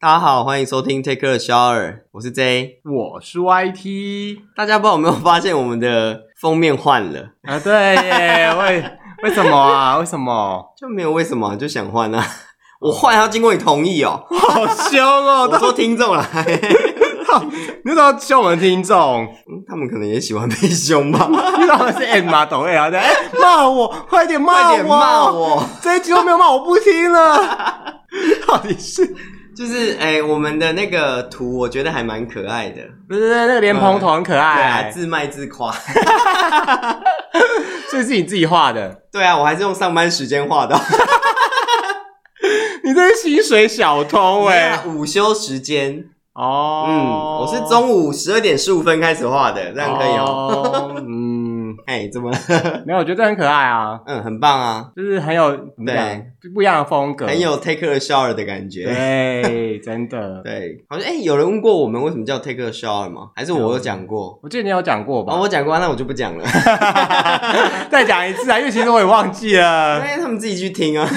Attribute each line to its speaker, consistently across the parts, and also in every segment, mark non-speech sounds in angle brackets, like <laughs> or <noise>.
Speaker 1: 大家好，欢迎收听 Take a Shower，我是 J。
Speaker 2: 我是 YT
Speaker 1: 大家不知道有没有发现我们的封面换了？
Speaker 2: 啊，对耶，为为什么啊？为什么？
Speaker 1: 就没有为什么就想换啊？我换还要经过你同意哦。
Speaker 2: 好凶哦！
Speaker 1: 我说听众啦，
Speaker 2: 你怎么凶我们听众？
Speaker 1: 嗯 <laughs> 他们可能也喜欢被凶吧？
Speaker 2: 你怎么是 M 马懂 A 啊？对，哎骂我，快点骂
Speaker 1: 快
Speaker 2: 我！
Speaker 1: 点骂！我！
Speaker 2: 这一句都没有骂，我不听了。到底是？
Speaker 1: 就是哎、我们的那个图我觉得还蛮可爱的，
Speaker 2: 对对对，那个莲蓬头很可
Speaker 1: 对啊，
Speaker 2: 爱，
Speaker 1: 自卖自夸。
Speaker 2: 所以是你自己画的。
Speaker 1: 对啊，我还是用上班时间画的。
Speaker 2: 你这是薪水小偷
Speaker 1: 那
Speaker 2: 哎、
Speaker 1: 啊午休时间，
Speaker 2: 哦，
Speaker 1: 嗯，我是中午十二点十五分开始画的，这样可以哦。
Speaker 2: 哦。嗯，
Speaker 1: 哎、怎么了？
Speaker 2: 没有，我觉得很可爱啊，
Speaker 1: 嗯，很棒啊。
Speaker 2: 就是很有怎么讲
Speaker 1: 对，
Speaker 2: 就不一样的风格，
Speaker 1: 很有 take a shower 的感觉。
Speaker 2: 嗯对，真的。
Speaker 1: 对，好像哎、有人问过我们为什么叫 take a shower 吗？还是我有讲过？
Speaker 2: 我记得你有讲过吧？
Speaker 1: 哦，我讲过，那我就不讲了，
Speaker 2: <laughs>
Speaker 1: <laughs>
Speaker 2: 再讲一次啊，因为其实我也忘记
Speaker 1: 因 <laughs>
Speaker 2: 了。
Speaker 1: 为他们自己去听啊。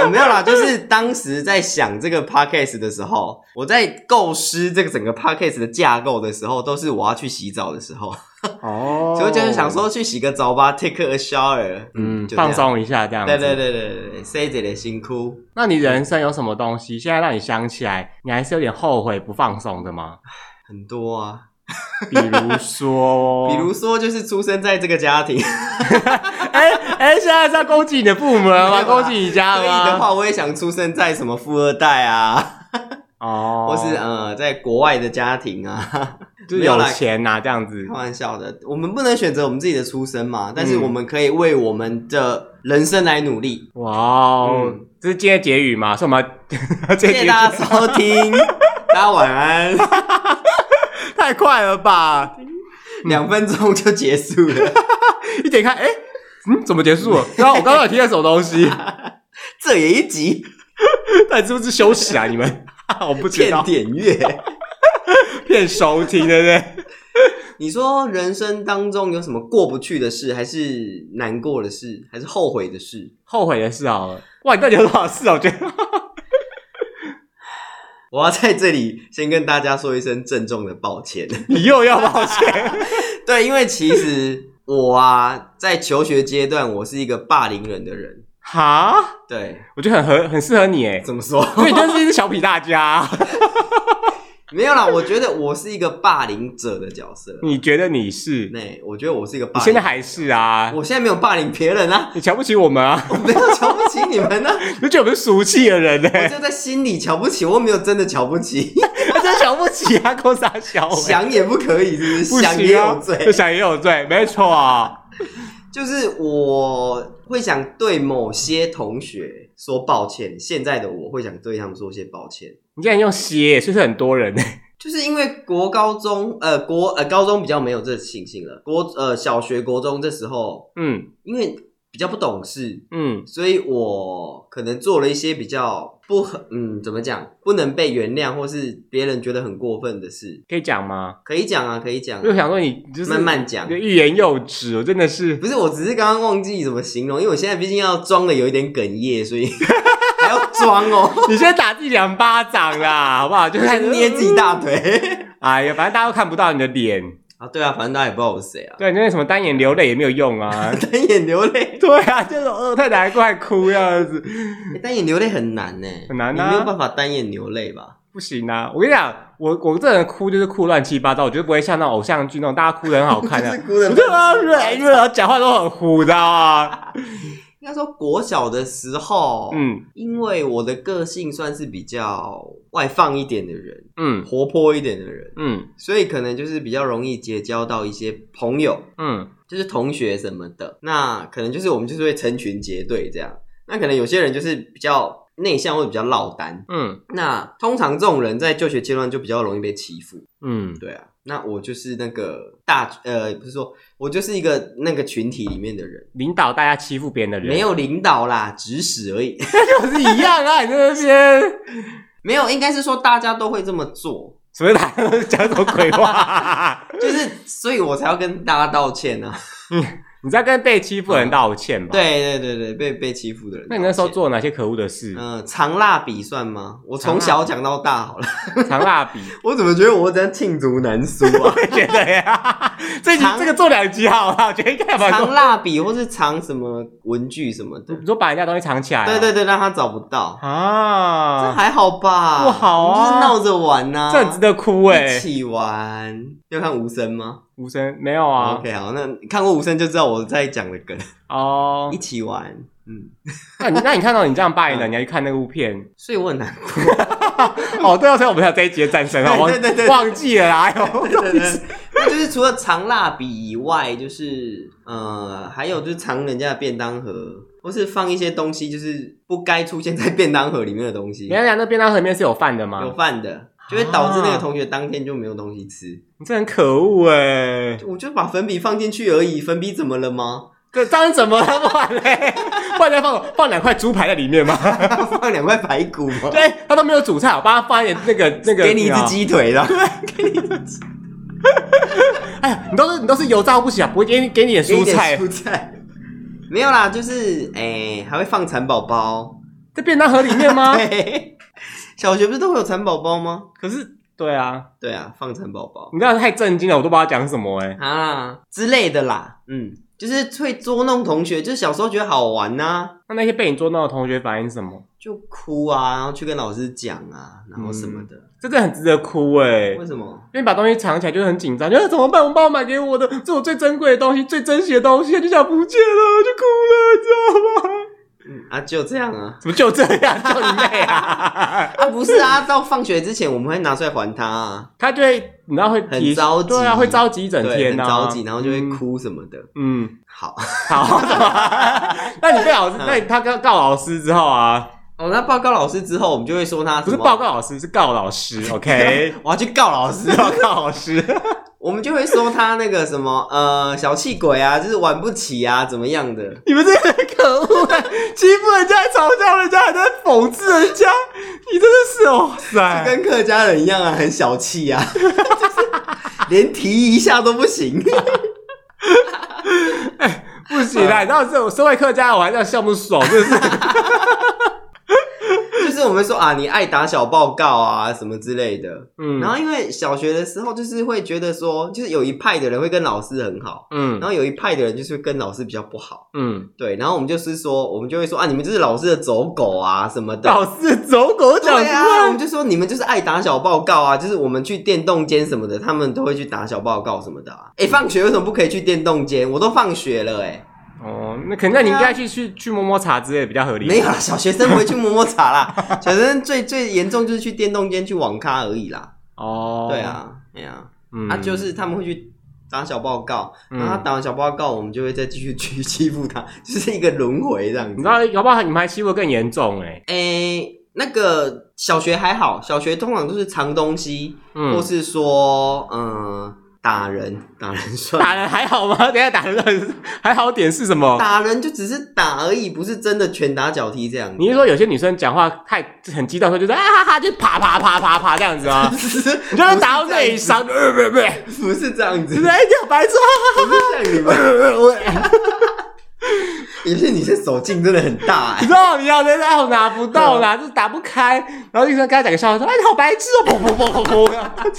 Speaker 1: 哦、没有啦，就是当时在想这个 podcast 的时候，我在构思这个整个 podcast 的架构的时候，都是我要去洗澡的时候，
Speaker 2: 哦
Speaker 1: 所以就是想，说去洗个澡吧，take a shower，
Speaker 2: 嗯，
Speaker 1: 就这样
Speaker 2: 放。松一下这样子。
Speaker 1: 对对对对对对，say 姐的辛苦。
Speaker 2: 那你人生有什么东西现在让你想起来，你还是有点后悔不放松
Speaker 1: <laughs>
Speaker 2: 的吗？
Speaker 1: 很多啊，
Speaker 2: 比如说，
Speaker 1: 比如，说就是出生在这个家庭，
Speaker 2: 哎哎，现在是要攻击你的部
Speaker 1: <laughs>
Speaker 2: 门
Speaker 1: 没有啊
Speaker 2: 吗？攻击你家
Speaker 1: 可
Speaker 2: 了
Speaker 1: 以
Speaker 2: 吗？
Speaker 1: 的话，我也想出生在什么富二代啊，
Speaker 2: 哦，
Speaker 1: 或是呃，在国外的家庭啊，
Speaker 2: <laughs> 就是
Speaker 1: 没有
Speaker 2: 有
Speaker 1: 啦嗯
Speaker 2: 钱呐、这样子
Speaker 1: 开。玩笑的。我们不能选择我们自己的出身嘛，但是
Speaker 2: 嗯
Speaker 1: 我们可以为我们的人生来努力。
Speaker 2: 哇哦，
Speaker 1: 嗯
Speaker 2: 这是今天结语嘛？所以我们要 <laughs>
Speaker 1: 谢
Speaker 2: 这
Speaker 1: 谢
Speaker 2: 结
Speaker 1: 大家收
Speaker 2: <laughs>
Speaker 1: 听，大家晚安。
Speaker 2: 太快了吧！
Speaker 1: 两分钟就结束了，
Speaker 2: 嗯一点开，哎、嗯，怎么结束了？然后我刚刚有听到什么东西？
Speaker 1: <laughs> 这也一集
Speaker 2: <laughs> 那你是不是羞耻啊？你们， <laughs> 我不知
Speaker 1: 骗
Speaker 2: 道，
Speaker 1: 点阅。
Speaker 2: 骗收听，对不对？
Speaker 1: 你说人生当中有什么过不去的事，还是难过的事，还是后悔的事？
Speaker 2: 后悔的事好了，哇，你到底有多少事啊？我觉 <laughs> 得，
Speaker 1: 我要在这里先跟大家说一声郑重的抱歉。
Speaker 2: 你又要抱歉。
Speaker 1: 对，因为其实我啊，在求学阶段，我是一个霸凌人的人。
Speaker 2: 哈，
Speaker 1: 对，
Speaker 2: 我觉得很合，很适合你 <laughs> 哎，
Speaker 1: 怎么说？ <laughs>
Speaker 2: 因为你就是一只小痞大家。啊 <laughs>
Speaker 1: 没有啦，我觉得我是一个霸凌者的角色。
Speaker 2: 你觉得你 <laughs> 是？
Speaker 1: 那、我觉得我是一个霸
Speaker 2: 你
Speaker 1: 凌。
Speaker 2: 现在还是啊？
Speaker 1: 我现在没有霸凌别人啊， <laughs>
Speaker 2: 你瞧不起我们 <laughs> 啊？
Speaker 1: 我没有瞧不起你们啊，
Speaker 2: 你就觉得我们是俗气的人呢？
Speaker 1: 我就在心里瞧不起，我没有真的瞧不
Speaker 2: <laughs>
Speaker 1: 起，
Speaker 2: 我真的瞧不起 <laughs> 啊，勾傻小伟。
Speaker 1: 想也不可以，是不是？
Speaker 2: 不
Speaker 1: 想也
Speaker 2: 行啊
Speaker 1: 有罪，
Speaker 2: 想也有罪，没错啊。
Speaker 1: 就是我会想对某些同学说抱歉，现在的我会想对他们说些抱歉。
Speaker 2: 你竟然用鞋，是不是很多人呢？
Speaker 1: 就是因为国高中，呃，国呃高中比较没有这情形了，国呃小学、国中这时候，
Speaker 2: 嗯
Speaker 1: 因为比较不懂事，
Speaker 2: 嗯，
Speaker 1: 所以我可能做了一些比较不很，嗯，怎么讲，不能被原谅，或是别人觉得很过分的事，
Speaker 2: 可以讲吗？
Speaker 1: 可以讲啊，可以讲啊、
Speaker 2: 我就想说你就是
Speaker 1: 慢慢讲
Speaker 2: 你的欲言又止，我真的是
Speaker 1: <laughs> 不是，我只是刚刚忘记怎么形容，因为我现在毕竟要装的有一点哽咽，所以 <laughs> 还要装
Speaker 2: <laughs>
Speaker 1: 哦，
Speaker 2: 你先打自己两巴掌啦，好不好？就
Speaker 1: 还
Speaker 2: 是
Speaker 1: 捏自己，大腿。 <laughs>
Speaker 2: 哎呀，反正大家都看不到你的脸，
Speaker 1: 啊，对啊，反正大家也不知道我是谁啊，。
Speaker 2: 对，你那什么单眼流泪也没有用啊 <laughs>
Speaker 1: 单眼流泪。
Speaker 2: 对啊，就是哦，太难怪哭这样子，
Speaker 1: 欸单眼流泪很难呢、
Speaker 2: 嗯很难啊
Speaker 1: 你没有办法单眼流泪吧？
Speaker 2: 不行啊！我跟你讲，我我这人哭就是哭乱七八糟，我绝对不会像那种偶像剧那种大家哭的很好看的、
Speaker 1: <laughs> 就是哭得
Speaker 2: 我就啊，因为我讲话都很糊，你知道吗？
Speaker 1: 应该说国小的时候，
Speaker 2: 嗯
Speaker 1: 因为我的个性算是比较外放一点的人，
Speaker 2: 嗯
Speaker 1: 活泼一点的人，
Speaker 2: 嗯
Speaker 1: 所以可能就是比较容易结交到一些朋友，
Speaker 2: 嗯，
Speaker 1: 就是同学什么的。那可能就是我们就是会成群结队这样。那可能有些人就是比较内向或者比较落单，
Speaker 2: 嗯
Speaker 1: 那通常这种人在就学阶段就比较容易被欺负。
Speaker 2: 嗯，
Speaker 1: 对啊，那我就是那个大呃，不是说我就是一个那个群体里面的人，
Speaker 2: 领导大家欺负别人的人，
Speaker 1: 没有领导啦，指使而已。 <laughs>
Speaker 2: 就是一样啊！你在那边。 <laughs>
Speaker 1: 没有，应该是说大家都会这么做，
Speaker 2: 什么打讲什么鬼话？ <laughs>
Speaker 1: 就是所以我才要跟大家道歉啊。
Speaker 2: 你在跟被欺负的人道歉吧？。
Speaker 1: 嗯对对对对，被被欺负的人。
Speaker 2: 那你那时
Speaker 1: 道
Speaker 2: 候
Speaker 1: 歉，
Speaker 2: 做了哪些可恶的事？
Speaker 1: 嗯、长蜡笔算吗？我从小讲到大好了。<laughs>
Speaker 2: <laughs> 长蜡笔，
Speaker 1: 我怎么觉得我在罄竹难书
Speaker 2: <laughs>
Speaker 1: 啊？
Speaker 2: 我也觉得呀， <laughs> 这集
Speaker 1: 长
Speaker 2: 这个做两集好了，我觉得应该蛮
Speaker 1: 藏蜡笔或是藏什么文具什么的
Speaker 2: 你，说把人家东西藏起来啊、
Speaker 1: 对对对，让他找不到，这
Speaker 2: 啊，
Speaker 1: 还好吧？
Speaker 2: 不好
Speaker 1: 我
Speaker 2: 啊
Speaker 1: 们就是闹着玩啊呐、
Speaker 2: 这很值得哭哎、
Speaker 1: 一起玩。要看无声吗、
Speaker 2: 无声没有啊
Speaker 1: o？k 好，那看过无声就知道我在讲的梗。
Speaker 2: 哦
Speaker 1: 一，起玩，嗯，
Speaker 2: 那你那你看到你这样霸凌了，你还去看那部
Speaker 1: <laughs>
Speaker 2: 片？
Speaker 1: 所以我很难过。
Speaker 2: 哦，对啊，所以我们才有这一集的战神啊，忘
Speaker 1: 对对对对
Speaker 2: 忘记
Speaker 1: <laughs>
Speaker 2: 了啦，哎呦，
Speaker 1: 对对
Speaker 2: <laughs>
Speaker 1: 对，那 <laughs> 就是除了藏蜡笔以外，就是呃，还有就是藏人家的便当盒，或是放一些东西，就是不该出现在便当盒里面的东西
Speaker 2: 你，要讲那便当盒里面是有饭的
Speaker 1: 有
Speaker 2: 吗？
Speaker 1: 饭的，就会导致那个同学当天就没有东西吃。
Speaker 2: 你这很可恶哎、
Speaker 1: 我就把粉笔放进去而已，粉笔怎么了吗？ <laughs>
Speaker 2: 这当然怎么了，不然嘞？ <laughs> 不然再放放两块猪排在里面吗？
Speaker 1: 放两块排骨
Speaker 2: <laughs>
Speaker 1: 吗？
Speaker 2: 对，哎他都没有煮菜，我帮他放一点
Speaker 1: <laughs>
Speaker 2: 那个那个，
Speaker 1: 给你一只鸡腿啦。
Speaker 2: 哎呀，你都是你都是油炸不起啊，不会给你给你点
Speaker 1: 给
Speaker 2: 蔬
Speaker 1: 你点
Speaker 2: 菜。
Speaker 1: 蔬菜。没有啦，就是哎、还会放蚕宝宝。
Speaker 2: 在便当盒里面
Speaker 1: <laughs>
Speaker 2: 吗？
Speaker 1: 对，小学不是都会有蚕宝宝吗？
Speaker 2: 可是，对啊，
Speaker 1: 对啊，放蚕宝宝
Speaker 2: 你这样太震惊了，我都不知道讲什么哎、
Speaker 1: 啊之类的啦。嗯，就是会捉弄同学，就是小时候觉得好玩呐、
Speaker 2: 那那些被你捉弄的同学反应是什么？
Speaker 1: 就哭啊，然后去跟老师讲啊，然后什么的。
Speaker 2: 这真的很值得哭哎、
Speaker 1: 为什么？
Speaker 2: 因为把东西藏起来就是很紧张，觉得怎么办？我爸爸买给我的，这是我最珍贵的东西，最珍惜的东西，就想不见了，就哭了，你知道吗？
Speaker 1: 嗯啊，就这样啊。
Speaker 2: 怎么就这样？就你妹啊！
Speaker 1: 啊，不是啊，到放学之前我们会拿出来还他啊，
Speaker 2: <laughs> 他就会，你知道会提
Speaker 1: 很着急
Speaker 2: 对啊，会着急一整
Speaker 1: 对，
Speaker 2: 天
Speaker 1: 很
Speaker 2: 呐、
Speaker 1: 着急，然后就会哭什么的。
Speaker 2: 嗯。嗯，
Speaker 1: 好，
Speaker 2: 好。 <laughs> 那你被老师，
Speaker 1: 嗯
Speaker 2: 那你他告告老师之后啊，
Speaker 1: 哦，那报告老师之后，我们就会说他
Speaker 2: 不
Speaker 1: 什
Speaker 2: 是
Speaker 1: 么
Speaker 2: 报告老师，是告
Speaker 1: <laughs>
Speaker 2: 老师。OK，
Speaker 1: 我要去告老师
Speaker 2: 是，要告老师。
Speaker 1: 我们就会说他那个什么呃小气鬼啊，就是玩不起啊，怎么样的。
Speaker 2: <laughs> 你们这些人可恶、啊，欺负人家、嘲笑人家，还在讽刺人家，你真的是哦，塞！
Speaker 1: 跟客家人一样啊，很小气啊， <laughs> 就是连提一下都不行。 <laughs> 啊
Speaker 2: 不行啦，你知道这种身为客家，我还这样笑不爽，真的是。
Speaker 1: <laughs> 就是我们说啊，你爱打小报告啊什么之类的。
Speaker 2: 嗯
Speaker 1: 然后因为小学的时候，就是会觉得说，就是有一派的人会跟老师很好，
Speaker 2: 嗯
Speaker 1: 然后有一派的人就是会跟老师比较不好。
Speaker 2: 嗯，
Speaker 1: 对，然后我们就是说，我们就会说啊，你们就是老师的走狗啊什么的。
Speaker 2: 老是走狗 <laughs> 讲
Speaker 1: 对
Speaker 2: 出
Speaker 1: 啊，我
Speaker 2: 来
Speaker 1: 们，就说你们就是爱打小报告啊，就是我们去电动间什么的，他们都会去打小报告什么的啊。哎、放学为什么不可以去电动间？我都放学了、哎，
Speaker 2: 哦，那可能那你应该去去去摸摸茶之类的比较合理。
Speaker 1: 啊没有啦，小学生回去摸摸茶啦。 <laughs> 小学生最最严重就是去电动间去网咖而已啦。
Speaker 2: 哦，
Speaker 1: 对，啊，对啊，
Speaker 2: 嗯
Speaker 1: 啊，就是他们会去。打小报告，然后他
Speaker 2: 嗯
Speaker 1: 打完小报告，我们就会再继续去欺负他， <laughs> 就是一个轮回这样
Speaker 2: 你
Speaker 1: 子
Speaker 2: 知。道，搞不好你们还欺负得更严重哎。
Speaker 1: 哎、那个小学还好，小学通常都是藏东西，或
Speaker 2: 嗯，
Speaker 1: 是说，嗯、打人，打人算
Speaker 2: 打人还好吗？等一下打人到底是还好点是什么？
Speaker 1: 打人就只是打而已，不是真的拳打脚踢这 <laughs> 样。？
Speaker 2: 你是说有些女生讲话太很激动的时候，就是啊哈哈，就啪啪啪啪啪这样子啊
Speaker 1: 只是
Speaker 2: 你就会打到内伤，不是不是不是，
Speaker 1: 不是这
Speaker 2: <laughs>
Speaker 1: 样子，
Speaker 2: 不是哎，你好白痴，哈
Speaker 1: 不是像你们，
Speaker 2: 哈哈哈哈
Speaker 1: 有些女生手劲真的很大哎、
Speaker 2: 你知道你要真的哦拿不到啦，就是打不开，然后医生跟他讲个笑话说，哎，你好白痴哦，砰砰砰砰砰，
Speaker 1: <laughs>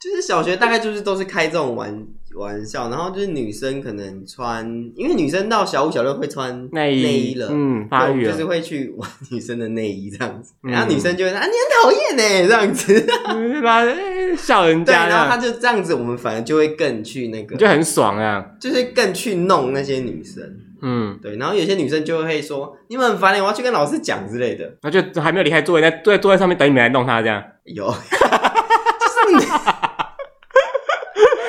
Speaker 1: 就是小学大概就是都是开这种玩玩笑，然后就是女生可能穿，因为女生到小五小六会穿
Speaker 2: 内衣
Speaker 1: 内衣了，
Speaker 2: 嗯发育
Speaker 1: 对
Speaker 2: 了
Speaker 1: 就是会去玩女生的内衣这样子，
Speaker 2: 嗯
Speaker 1: 然后女生就会说啊你很讨厌欸呢这样子， <laughs>
Speaker 2: 对吧？哎笑人
Speaker 1: 对，
Speaker 2: 家
Speaker 1: 然后她
Speaker 2: 啦，
Speaker 1: 就这样子，我们反而就会更去那个
Speaker 2: 你，就很爽啊，
Speaker 1: 就是更去弄那些女生。
Speaker 2: 嗯，
Speaker 1: 对，然后有些女生就会说：“你们很烦欸我要去跟老师讲之类的。
Speaker 2: 那就还没有离开座位，在坐在座位上面等你们来弄他这样。”
Speaker 1: 有， <laughs> 就是你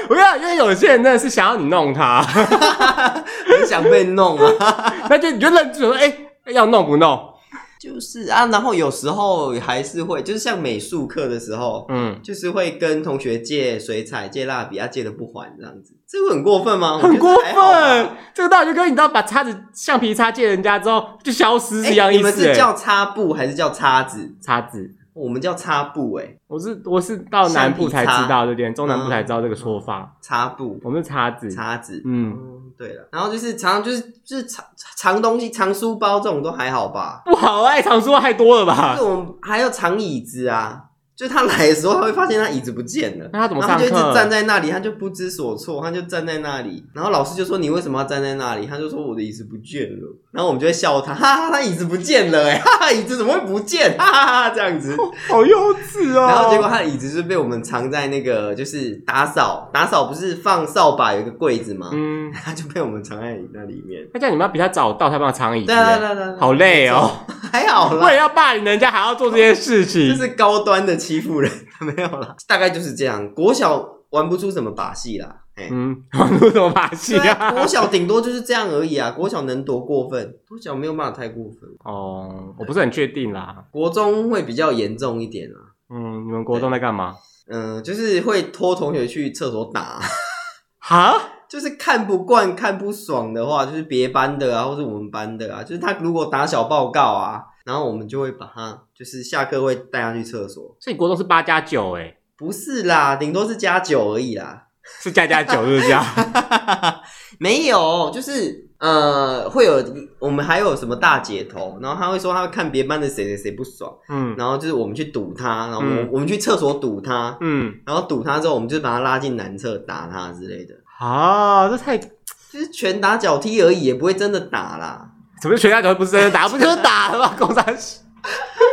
Speaker 2: 不要，因为有些人真的是想要你弄他，
Speaker 1: 很想被弄啊， <laughs>
Speaker 2: 那就你就认准，哎、要弄不弄？
Speaker 1: 就是啊。然后有时候还是会，就是像美术课的时候，
Speaker 2: 嗯，
Speaker 1: 就是会跟同学借水彩、借蜡笔啊，借的不还这样子，这会很过分吗？我觉
Speaker 2: 很
Speaker 1: 得
Speaker 2: 过
Speaker 1: 还好啊吧
Speaker 2: 分。。这个道理就跟你知道把叉子橡皮擦借人家之后就消失是
Speaker 1: 哎
Speaker 2: 一样
Speaker 1: 你
Speaker 2: 意
Speaker 1: 们
Speaker 2: 思、
Speaker 1: 是
Speaker 2: 欸。
Speaker 1: 叫擦布还是叫叉子？
Speaker 2: 叉子，
Speaker 1: 我们叫擦布哎、
Speaker 2: 我是我是到南部才知道这点，中南部才知道这个说法。
Speaker 1: 擦布
Speaker 2: 我们是叉子，
Speaker 1: 叉子。
Speaker 2: 嗯，
Speaker 1: 嗯，对了，然后就是常常就是就是藏藏东西、藏书包这种都还好吧。
Speaker 2: 不好哎，藏书太多了吧
Speaker 1: <laughs> 那？我们还有藏椅子啊，就他来的时候，他会发现他椅子不见了。
Speaker 2: 那他怎么
Speaker 1: 然后他
Speaker 2: 上
Speaker 1: 就一直站
Speaker 2: 课？
Speaker 1: 在那里，他就不知所措，他就站在那里。然后老师就说：“你为什么要站在那里？”他就说：“我的椅子不见了。”然后我们就会笑他，哈哈，他椅子不见了、欸，哎，哈哈，椅子怎么会不见？哈哈哈哈，这样子。
Speaker 2: 好幼稚哦。
Speaker 1: 然后结果他的椅子是被我们藏在那个，就是打扫，打扫不是放扫把有一个柜子吗？
Speaker 2: 嗯，
Speaker 1: <laughs> 他就被我们藏在那里面。
Speaker 2: 那这样你们要比他早到才帮他藏椅子
Speaker 1: 对啊，
Speaker 2: 欸，
Speaker 1: 对啊对啊对啊，
Speaker 2: 好累哦。
Speaker 1: <laughs> 还好啦
Speaker 2: 为，了要霸凌人家，还要做这些事
Speaker 1: 这
Speaker 2: 情，
Speaker 1: 是高端的欺负人， <laughs> 没有啦，大概就是这样。国小玩不出什么把戏啦，哎、
Speaker 2: 嗯，网络怎么把戏
Speaker 1: 对啊，
Speaker 2: <laughs> 啊？
Speaker 1: 国小顶多就是这样而已啊，国小能多过分？国小没有办法太过分，
Speaker 2: 哦，我不是很确定啦。
Speaker 1: 国中会比较严重一点啊。
Speaker 2: 嗯，你们国中在干嘛？
Speaker 1: 嗯、就是会拖同学去厕所打， <laughs>
Speaker 2: 哈？
Speaker 1: 就是看不惯、看不爽的话，就是别班的啊，或是我们班的啊，就是他如果打小报告啊，然后我们就会把他，就是下课会带他去厕所，
Speaker 2: 所以国中是八加九，哎，
Speaker 1: 不是啦，顶多是加酒而已啦。
Speaker 2: 是加加九，是不
Speaker 1: <laughs>
Speaker 2: 是啊？
Speaker 1: 没有，就是呃，会有我们还有什么大姐头，然后他会说他会看别班的谁谁谁不爽，
Speaker 2: 嗯
Speaker 1: 然后就是我们去堵他，然后我们,、
Speaker 2: 嗯
Speaker 1: 我们去厕所堵他，
Speaker 2: 嗯，
Speaker 1: 然后堵他之后，我们就把他拉进男厕打他之类的，
Speaker 2: 啊，这太
Speaker 1: 就是拳打脚踢而已，也不会真的打啦。
Speaker 2: <laughs> 怎么全家都不是真的打，不就是打了吗？公山西， <laughs>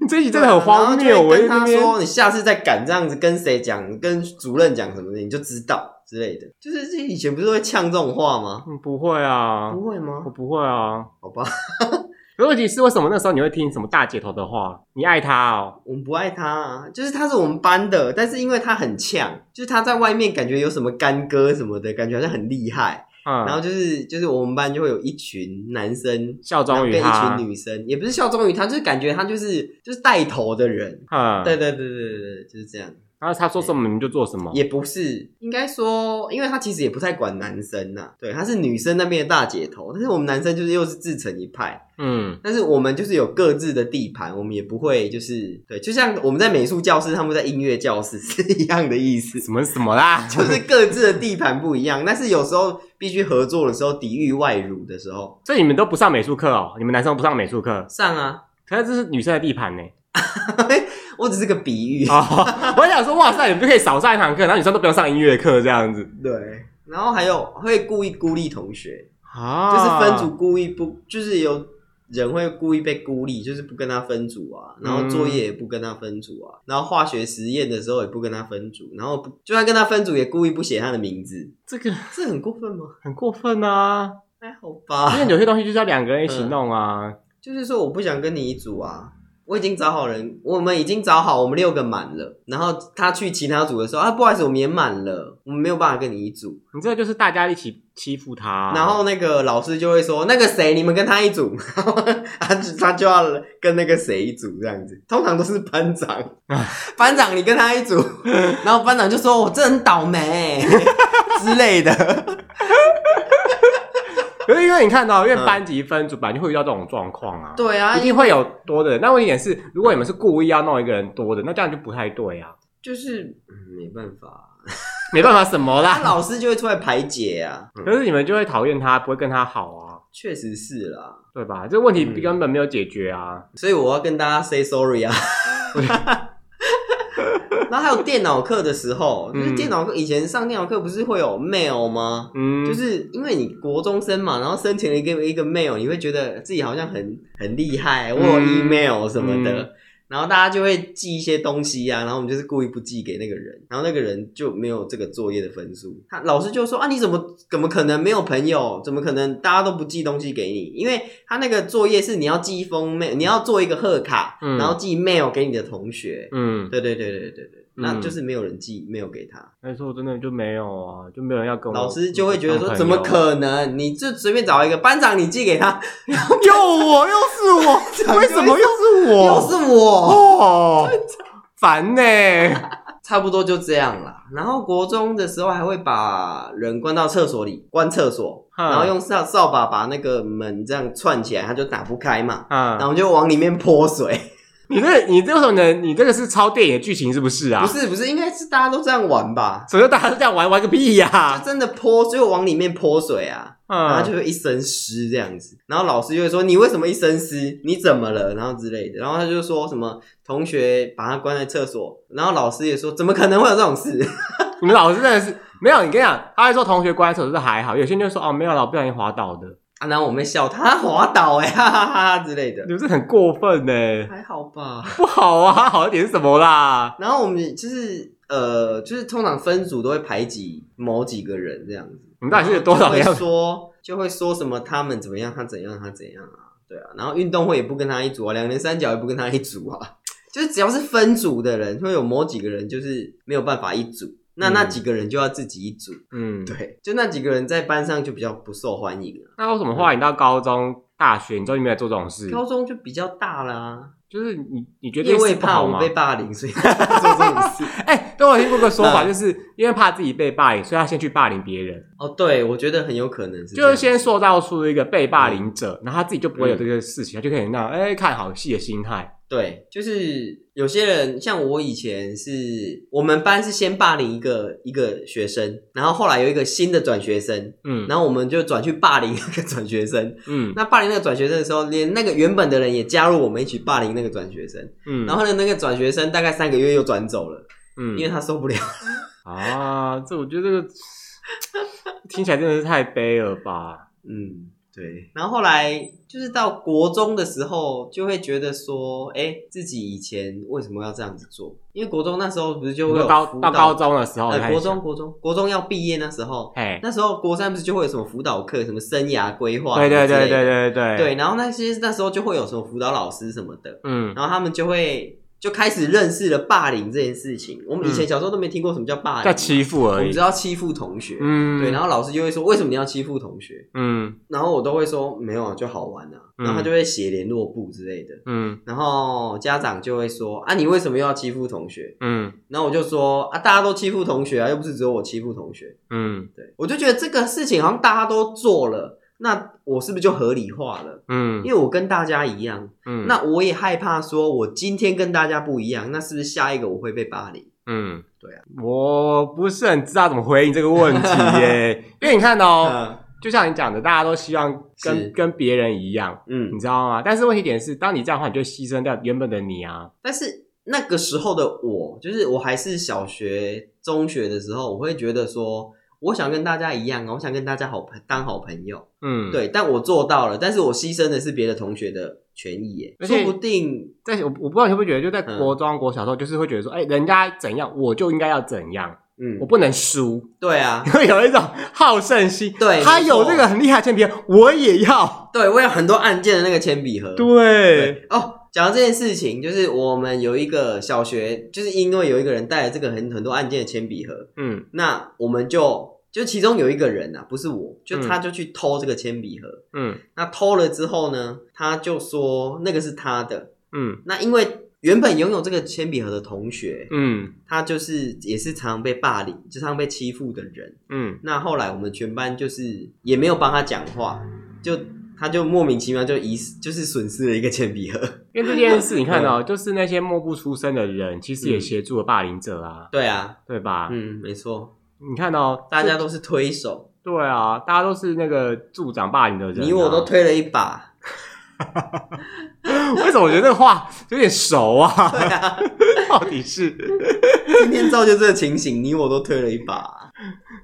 Speaker 2: 你这一集真的很荒
Speaker 1: 啊然
Speaker 2: 谬。欸
Speaker 1: 后就
Speaker 2: 我
Speaker 1: 会
Speaker 2: 在
Speaker 1: 跟
Speaker 2: 那
Speaker 1: 他
Speaker 2: 边
Speaker 1: 说，你下次再敢这样子跟谁讲，跟主任讲什么的，你就知道之类的。就是以前不是会呛这种话吗？
Speaker 2: 嗯不会啊，
Speaker 1: 不会吗
Speaker 2: 我？不会啊。
Speaker 1: 好吧，
Speaker 2: 可是问题是，为什么那时候你会听什么大姐头的话？你爱他哦？
Speaker 1: 我们不爱他啊，就是他是我们班的，但是因为他很呛，就是他在外面感觉有什么干哥什么的，感觉好像很厉害。
Speaker 2: 嗯，
Speaker 1: 然后就是就是我们班就会有一群男生，
Speaker 2: 效
Speaker 1: 然后
Speaker 2: 忠于
Speaker 1: 被一
Speaker 2: 他
Speaker 1: 群，女生，也不是效忠于他，就是感觉他就是就是带头的人。
Speaker 2: 嗯，
Speaker 1: 对对对对对对，就是这样，
Speaker 2: 然后他说什么你们就做什么，
Speaker 1: 也不是应该说，因为他其实也不太管男生呐、对，他是女生那边的大姐头，但是我们男生就是又是自成一派，
Speaker 2: 嗯
Speaker 1: 但是我们就是有各自的地盘，我们也不会就是对，就像我们在美术教室，他们在音乐教室是一样的意 <laughs> 思，
Speaker 2: 什么什么啦， <laughs>
Speaker 1: 就是各自的地盘不一样。但是有时候必须合作的时候，抵御外辱的时候，
Speaker 2: 所以你们都不上美术课哦，你们男生不上美术课，
Speaker 1: <laughs> 上啊！
Speaker 2: 可是这是女生的地盘呢。
Speaker 1: <laughs> 我只是个比喻，
Speaker 2: 哦， <laughs> 我想说，哇塞，你们就可以少上一堂课，然后女生都不用上音乐课这样子
Speaker 1: 对。然后还有会故意孤立同学，就
Speaker 2: 啊，
Speaker 1: 是分组故意不，就是有人会故意被孤立，就是不跟他分组啊，然后作业也不跟他分组啊，然后化学实验的时候也不跟他分组，然后不就算跟他分组也故意不写他的名字。
Speaker 2: 这个
Speaker 1: 这很过分吗？
Speaker 2: 很过分啊，
Speaker 1: 还好吧
Speaker 2: 因，为有些东西就是要两个人一起弄啊。
Speaker 1: 就是说我不想跟你一组啊。我已经找好人，我们已经找好，我们六个满了。然后他去其他组的时候，啊，不好意思，我们也满了，我们没有办法跟你一组。
Speaker 2: 你这个就是大家一起欺负他啊，
Speaker 1: 然后那个老师就会说，那个谁，你们跟他一组，然后他就他就要跟那个谁一组这样子。通常都是班长，
Speaker 2: <laughs>
Speaker 1: 班长你跟他一组，然后班长就说我这很倒
Speaker 2: <laughs>
Speaker 1: 霉之类的。
Speaker 2: 可是因为你看到，因为班级分组本来就会遇到这种状况啊，
Speaker 1: 对啊
Speaker 2: 一，定会有多的人。那问题点是，如果你们是故意要弄一个人多的，那这样就不太对啊，
Speaker 1: 就是、嗯没办法，
Speaker 2: 没办法什么 <laughs>
Speaker 1: 他
Speaker 2: 啦。
Speaker 1: 老师就会出来排解啊。嗯
Speaker 2: 啊可是你们就会讨厌他，不会跟他好啊，
Speaker 1: 确实是啦，
Speaker 2: 对吧？这个问题
Speaker 1: 嗯
Speaker 2: 根本没有解决啊。
Speaker 1: 所以我要跟大家 say sorry 啊。然后还有电脑课的时候，就是
Speaker 2: 嗯
Speaker 1: 电脑课以前上电脑课不是会有 mail 吗？
Speaker 2: 嗯，
Speaker 1: 就是因为你国中生嘛，然后申请了一个一个 mail，你会觉得自己好像很很厉害，我有 email 什么的，
Speaker 2: 嗯
Speaker 1: 然后大家就会寄一些东西啊，然后我们就是故意不寄给那个人，然后那个人就没有这个作业的分数，他老师就说啊，你怎么怎么可能没有朋友？怎么可能大家都不寄东西给你？因为他那个作业是你要寄一封 mail，你要做一个贺卡，
Speaker 2: 嗯
Speaker 1: 然后寄 mail 给你的同学，
Speaker 2: 嗯，
Speaker 1: 对对对对对对，那
Speaker 2: 嗯
Speaker 1: 就是没有人寄 mail 给他。
Speaker 2: 但哎是我真的就没有啊，就没有人要跟我。
Speaker 1: 老师就会觉得说，怎么
Speaker 2: 能？
Speaker 1: 可能？你就随便找一个班长，你寄给他，
Speaker 2: 又我，又
Speaker 1: <laughs>
Speaker 2: 是我，为什么又是我？
Speaker 1: 又是我，
Speaker 2: 哦，烦 <laughs> 呢、
Speaker 1: 差不多就这样啦。然后国中的时候还会把人关到厕所里，关厕所，
Speaker 2: 嗯
Speaker 1: 然后用扫扫把把那个门这样串起来，它就打不开嘛，
Speaker 2: 啊
Speaker 1: 然后就往里面泼水。
Speaker 2: 你这你这为什么能？你这个是抄电影的剧情是不是
Speaker 1: 不，
Speaker 2: 啊？
Speaker 1: 是不是，应该是大家都这样玩吧？
Speaker 2: 什么叫大家都这样玩玩个屁 <laughs> 呀、
Speaker 1: 就真的泼，就往里面泼水啊，然后
Speaker 2: 嗯，
Speaker 1: 就会一身湿这样子。然后老师就会说：“你为什么一身湿？你怎么了？”然后之类的。然后他就说什么同学把他关在厕所，然后老师也说：“怎么可能会有这种事
Speaker 2: 你们老师真的是没有。你跟你讲，他还说同学关在厕所是还好，有些人就说哦没有啦，我不小心滑倒的，？”
Speaker 1: 啊，然后我们笑他他滑倒哎、哈哈哈哈之类的
Speaker 2: 你，们这很过分呢、
Speaker 1: 还好吧？
Speaker 2: 不好啊，好一点是什么啦？
Speaker 1: 然后我们就是呃，就是通常分组都会排挤某几个人这样子。
Speaker 2: 你们到底是有多少个
Speaker 1: 就 <laughs>
Speaker 2: 样
Speaker 1: 会
Speaker 2: 子？
Speaker 1: 说就会说什么他们怎么样，他怎样，他怎样啊？对啊，然后运动会也不跟他一组啊，两人三角也不跟他一组啊， <laughs> 就是只要是分组的人，会有某几个人就是没有办法一组，那
Speaker 2: 嗯
Speaker 1: 那几个人就要自己一组。
Speaker 2: 嗯，
Speaker 1: 对，就那几个人在班上就比较不受欢迎啊，
Speaker 2: 那为什么后来你到高中、大学，你都没有做这种事？
Speaker 1: 高中就比较大啦，
Speaker 2: 就是你你觉得
Speaker 1: 因为
Speaker 2: 不
Speaker 1: 怕
Speaker 2: 好
Speaker 1: 我
Speaker 2: 吗？
Speaker 1: 被霸凌，所以做这种事。
Speaker 2: <laughs> 哎、对我有听过个说
Speaker 1: <laughs>
Speaker 2: 法，
Speaker 1: 嗯
Speaker 2: 就是因为怕自己被霸凌，所以他先去霸凌别人，
Speaker 1: 哦，对，我觉得很有可能是这
Speaker 2: 就
Speaker 1: 样嗯
Speaker 2: 是先塑造出一个被霸凌者，然后他自己就不会有这个事情，他就可以那样哎、看好戏的心态。
Speaker 1: 对，就是有些人像我以前是我们班是先霸凌一个一个学生，然后后来有一个新的转学生，
Speaker 2: 嗯，
Speaker 1: 然后我们就转去霸凌那个转学生。
Speaker 2: 嗯
Speaker 1: 那霸凌那个转学生的时候，连那个原本的人也加入我们一起霸凌那个转学生。
Speaker 2: 嗯，
Speaker 1: 然后呢，那个转学生大概三个月又转走了，
Speaker 2: 嗯
Speaker 1: 因为他
Speaker 2: <laughs>
Speaker 1: 受不了。
Speaker 2: 啊，这我觉得这个听起来真的是太悲了
Speaker 1: <laughs>
Speaker 2: 吧？
Speaker 1: 嗯，对。然后后来就是到国中的时候，就会觉得说，哎，自己以前为什么要这样子做？因为国中那时候不是就会有
Speaker 2: 到
Speaker 1: 辅
Speaker 2: 到
Speaker 1: 导
Speaker 2: 高中的时候才
Speaker 1: 呃，
Speaker 2: 想，
Speaker 1: 国中国中国中要毕业那时候，
Speaker 2: 哎，
Speaker 1: 那时候国三不是就会有什么辅导课，什么生涯规划，
Speaker 2: 对对对对
Speaker 1: 对
Speaker 2: 对对
Speaker 1: 对，，然后那些那时候就会有什么辅导老师什么的，
Speaker 2: 嗯
Speaker 1: 然后他们就会就开始认识了霸凌这件事情。我们以前小时候都没听过什么叫霸凌，
Speaker 2: 嗯叫欺负
Speaker 1: 我
Speaker 2: 而
Speaker 1: 们
Speaker 2: 已
Speaker 1: 知，道欺负同学，
Speaker 2: 嗯，
Speaker 1: 对，然
Speaker 2: 后
Speaker 1: 后老师就会说为什么你要欺负同学？
Speaker 2: 嗯
Speaker 1: 然后我都会说没有啊，就好玩啊，然后他就会写联络簿之类的。
Speaker 2: 嗯
Speaker 1: 然后家长就会说啊，你为什么又要欺负同学？
Speaker 2: 嗯
Speaker 1: 然后我就说啊，大家都欺负同学啊，又不是只有我欺负同学。
Speaker 2: 嗯
Speaker 1: 对，我就觉得这个事情好像大家都做了，那我是不是就合理化了？
Speaker 2: 嗯
Speaker 1: 因为我跟大家一样，
Speaker 2: 嗯，
Speaker 1: 那我也害怕说，我今天跟大家不一样，那是不是下一个我会被霸凌？
Speaker 2: 嗯，
Speaker 1: 对啊，
Speaker 2: 我不是很知道怎么回应这个问题 <laughs> 耶，因为你看哦，
Speaker 1: 嗯
Speaker 2: 就像你讲的，大家都希望
Speaker 1: 是
Speaker 2: 跟跟别人一样，你
Speaker 1: 嗯，
Speaker 2: 知道吗？但是问题点是，当你这样的话，你就牺牲掉原本的你啊，
Speaker 1: 但是那个时候的我，就是我还是小学、中学的时候，我会觉得说，我想跟大家一样啊，我想跟大家好朋当好朋友，
Speaker 2: 嗯，。
Speaker 1: 对，但我做到了，但是我牺牲的是别的同学的权益耶，
Speaker 2: 而且
Speaker 1: 说不定
Speaker 2: 在我我不知道你会不会觉得，就在
Speaker 1: 嗯
Speaker 2: 国中、国小的时候，就是会觉得说，哎、人家怎样，我就应该要怎样，
Speaker 1: 嗯
Speaker 2: 我，不能输， <laughs>
Speaker 1: 对啊，
Speaker 2: 会有一种好胜心。
Speaker 1: 对
Speaker 2: 他
Speaker 1: 没错
Speaker 2: 有这个很厉害的铅笔，我也要。
Speaker 1: 对我有很多按键的那个铅笔盒，
Speaker 2: 对，
Speaker 1: 哦，讲到这件事情，就是我们有一个小学，就是因为有一个人带了这个很很多按键的铅笔盒，
Speaker 2: 嗯
Speaker 1: 那我们就就其中有一个人啊，不是我，就他就去偷这个铅笔盒。
Speaker 2: 嗯
Speaker 1: 那偷了之后呢，他就说那个是他的。
Speaker 2: 嗯
Speaker 1: 那因为原本拥有这个铅笔盒的同学，
Speaker 2: 嗯
Speaker 1: 他就是也是常被霸凌，就常被欺负的人。
Speaker 2: 嗯
Speaker 1: 那后来我们全班就是也没有帮他讲话，就他就莫名其妙就遗失，就是损失了一个铅笔盒。
Speaker 2: <laughs> 因为这件事，你看哦，就是那些默不出声的人，其实也
Speaker 1: 嗯
Speaker 2: 协助了霸凌者啊，
Speaker 1: 对啊，
Speaker 2: 对吧？
Speaker 1: 嗯，没错，
Speaker 2: 你看哦，
Speaker 1: 大家
Speaker 2: 就
Speaker 1: 都是推手，
Speaker 2: 对啊，大家都是那个助长霸凌的人、啊
Speaker 1: 你我都。推了一
Speaker 2: <laughs>
Speaker 1: 把。
Speaker 2: 为什么我觉得这个话 <laughs> 有点熟啊？ <laughs>
Speaker 1: 对啊，
Speaker 2: 到底是？
Speaker 1: 今天造就这个情形，你我都推了一把。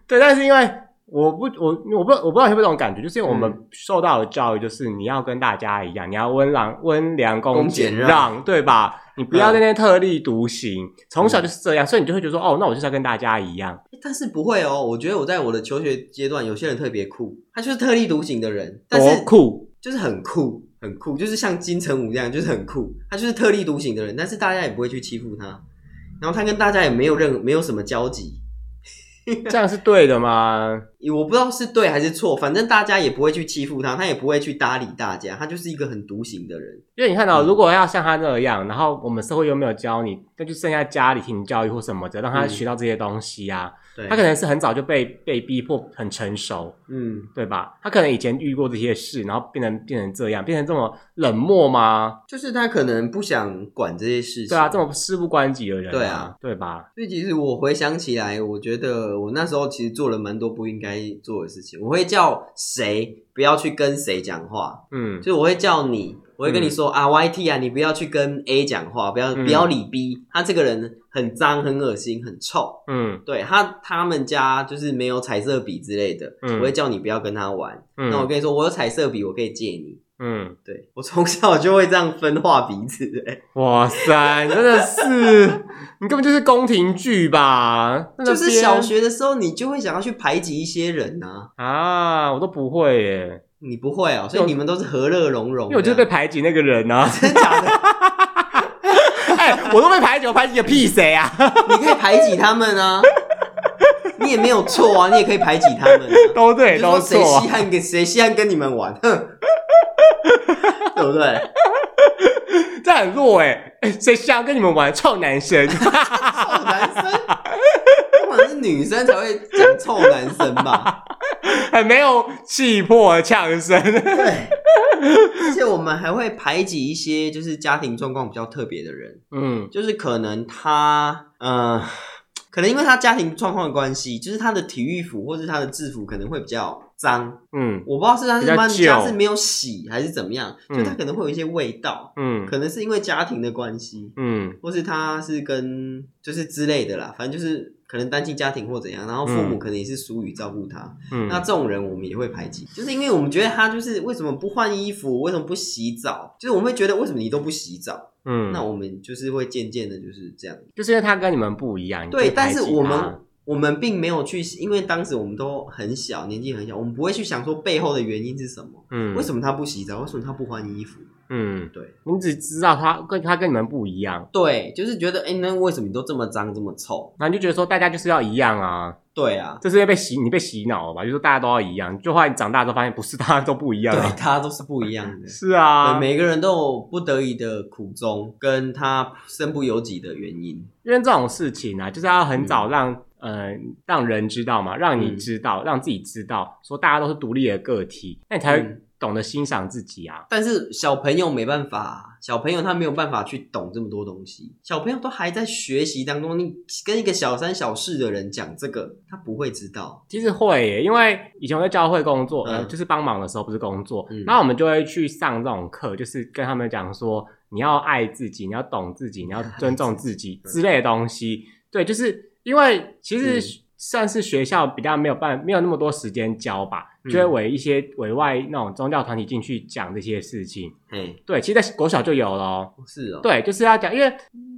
Speaker 2: 对，但是因为我不我我不我不知道有没有这种感觉，就是因为我
Speaker 1: 嗯
Speaker 2: 们受到的教育就是你要跟大家一样，你要温良温良恭
Speaker 1: 恭俭
Speaker 2: 俭
Speaker 1: 让嗯
Speaker 2: 让，对吧？你不要在那边特立独行，从小就是这样，所以你就会觉得说，哦，那我就是要跟大家一样。
Speaker 1: 但是不会哦，我觉得我在我的求学阶段，有些人特别酷，他就是特立独行的人，但
Speaker 2: 多
Speaker 1: 是
Speaker 2: 哦酷！
Speaker 1: 就是很酷，很酷，就是像金城武这样，就是很酷，他就是特立独行的人，但是大家也不会去欺负他，然后他跟大家也没有任没有什么交集， <laughs>
Speaker 2: 这样是对的吗？
Speaker 1: 我不知道是对还是错，反正大家也不会去欺负他，他也不会去搭理大家，他就是一个很独行的人。
Speaker 2: 因为你看到、
Speaker 1: 嗯
Speaker 2: 如果要像他那样，然后我们社会又没有教你，那就剩下家里庭教育或什么的，让他
Speaker 1: 嗯
Speaker 2: 学到这些东西啊。
Speaker 1: 对，
Speaker 2: 他可能是很早就被被逼迫很成熟，
Speaker 1: 嗯，
Speaker 2: 对吧？他可能以前遇过这些事，然后变成变成这样，变成这么冷漠吗？
Speaker 1: 就是他可能不想管这些事情。
Speaker 2: 对啊，这么事不关己的人、
Speaker 1: 对
Speaker 2: 啊
Speaker 1: 啊，
Speaker 2: 对吧？
Speaker 1: 所以其实我回想起来，我觉得我那时候其实做了蛮多不应该做的事情。我会叫谁不要去跟谁讲话，
Speaker 2: 嗯
Speaker 1: 就是我会叫你，我会跟你说、啊，YT 啊，你不要去跟 A 讲话，不要
Speaker 2: 嗯
Speaker 1: 不要理 B，、他这个人很脏、很恶心、很臭。
Speaker 2: 嗯
Speaker 1: 对他，他们家就是没有彩色笔之类的，
Speaker 2: 嗯
Speaker 1: 我会叫你不要跟他玩。那我
Speaker 2: 嗯
Speaker 1: 跟你说，我有彩色笔，我可以借你。
Speaker 2: 嗯，
Speaker 1: 对我从小就会这样分化彼此、
Speaker 2: <laughs>
Speaker 1: 欸，
Speaker 2: 哇塞，你真的是， <laughs> 你根本就是宫廷剧吧？那
Speaker 1: 就是
Speaker 2: 边
Speaker 1: 小学的时候，你就会想要去排挤一些人啊。
Speaker 2: 啊，我都不会耶，
Speaker 1: 你不会哦，所以你们都是和乐融融
Speaker 2: 因
Speaker 1: 的。
Speaker 2: 为我就是被排挤那个人啊。
Speaker 1: <laughs> 真的假的，
Speaker 2: 哎、我都被排挤，我排挤个屁谁啊？
Speaker 1: 你可以排挤他们啊，你也没有错啊，你也可以排挤他们、啊。
Speaker 2: <laughs> 都对，
Speaker 1: 你就说
Speaker 2: 都
Speaker 1: 谁
Speaker 2: 错、
Speaker 1: 稀
Speaker 2: 啊。
Speaker 1: 罕跟谁稀罕跟你们玩，哼，对不对？
Speaker 2: 这很弱哎、哎谁想跟你们玩？臭男生。 <laughs>
Speaker 1: 臭男生，或者是女生才会讲臭男生吧？
Speaker 2: 很没有气魄的呛声。 <laughs>
Speaker 1: 对。而且我们还会排挤一些就是家庭状况比较特别的人，
Speaker 2: 嗯
Speaker 1: 就是可能他，呃，可能因为他家庭状况的关系，就是他的体育服或是他的制服可能会比较脏，
Speaker 2: 嗯
Speaker 1: 我不知道是他
Speaker 2: 比较
Speaker 1: 是他们
Speaker 2: 旧
Speaker 1: 家是没有洗还是怎么样，
Speaker 2: 嗯
Speaker 1: 就他可能会有一些味道，
Speaker 2: 嗯
Speaker 1: 可能是因为家庭的关系，
Speaker 2: 嗯
Speaker 1: 或是他是跟就是之类的啦，反正就是可能单亲家庭或怎样，然后父母
Speaker 2: 嗯
Speaker 1: 可能也是疏于照顾他，
Speaker 2: 嗯，
Speaker 1: 那这种人我们也会排挤，就是因为我们觉得他就是为什么不换衣服，为什么不洗澡，就是我们会觉得为什么你都不洗澡，
Speaker 2: 嗯，
Speaker 1: 那我们就是会渐渐的就是这样。
Speaker 2: 就是因为他跟你们不一样。
Speaker 1: 对，
Speaker 2: 你就排
Speaker 1: 但
Speaker 2: 挤
Speaker 1: 是
Speaker 2: 他
Speaker 1: 我们我们并没有去，因为当时我们都很小，年纪很小，我们不会去想说背后的原因是什么，
Speaker 2: 嗯
Speaker 1: 为什么他不洗澡，为什么他不换衣服？
Speaker 2: 嗯，
Speaker 1: 对
Speaker 2: 你只知道他跟他跟你们不一样，
Speaker 1: 对，就是觉得哎、诶那为什么你都这么脏这么臭？
Speaker 2: 那你就觉得说大家就是要一样啊，
Speaker 1: 对
Speaker 2: <laughs>
Speaker 1: 啊，
Speaker 2: 这是因为被洗你被洗脑了吧？就说大家都要一样，就后来你长大之后发现不是大家都不一样
Speaker 1: 对，
Speaker 2: 啊。
Speaker 1: 大家都是不一样的。
Speaker 2: 是啊
Speaker 1: 对，，每个人都有不得已的苦衷，跟他身不由己的原因。
Speaker 2: 因为这种事情啊，就是要很早让、呃让人知道嘛，让你知道，让自己知道，说大家都是独立的个体，那你才会
Speaker 1: 嗯
Speaker 2: 懂得欣赏自己啊。
Speaker 1: 但是小朋友没办法，小朋友他没有办法去懂这么多东西，小朋友都还在学习当中。你跟一个小三小四的人讲这个，他不会知道。
Speaker 2: 其实会耶，因为以前我在教会工作，呃，
Speaker 1: 嗯
Speaker 2: 就是帮忙的时候不是工作，
Speaker 1: 嗯
Speaker 2: 那我们就会去上这种课，就是跟他们讲说你要爱自己，你要懂自己，你要尊重
Speaker 1: <laughs>
Speaker 2: 自己
Speaker 1: 嗯
Speaker 2: 之类的东西。对，就是因为其实
Speaker 1: 嗯
Speaker 2: 算是学校比较没有办没有那么多时间教吧，
Speaker 1: 嗯
Speaker 2: 就会委一些委外那种宗教团体进去讲这些事情。
Speaker 1: 嘿，
Speaker 2: 对，其实在国小就有咯。
Speaker 1: 是哦，，
Speaker 2: 对，就是要讲，因为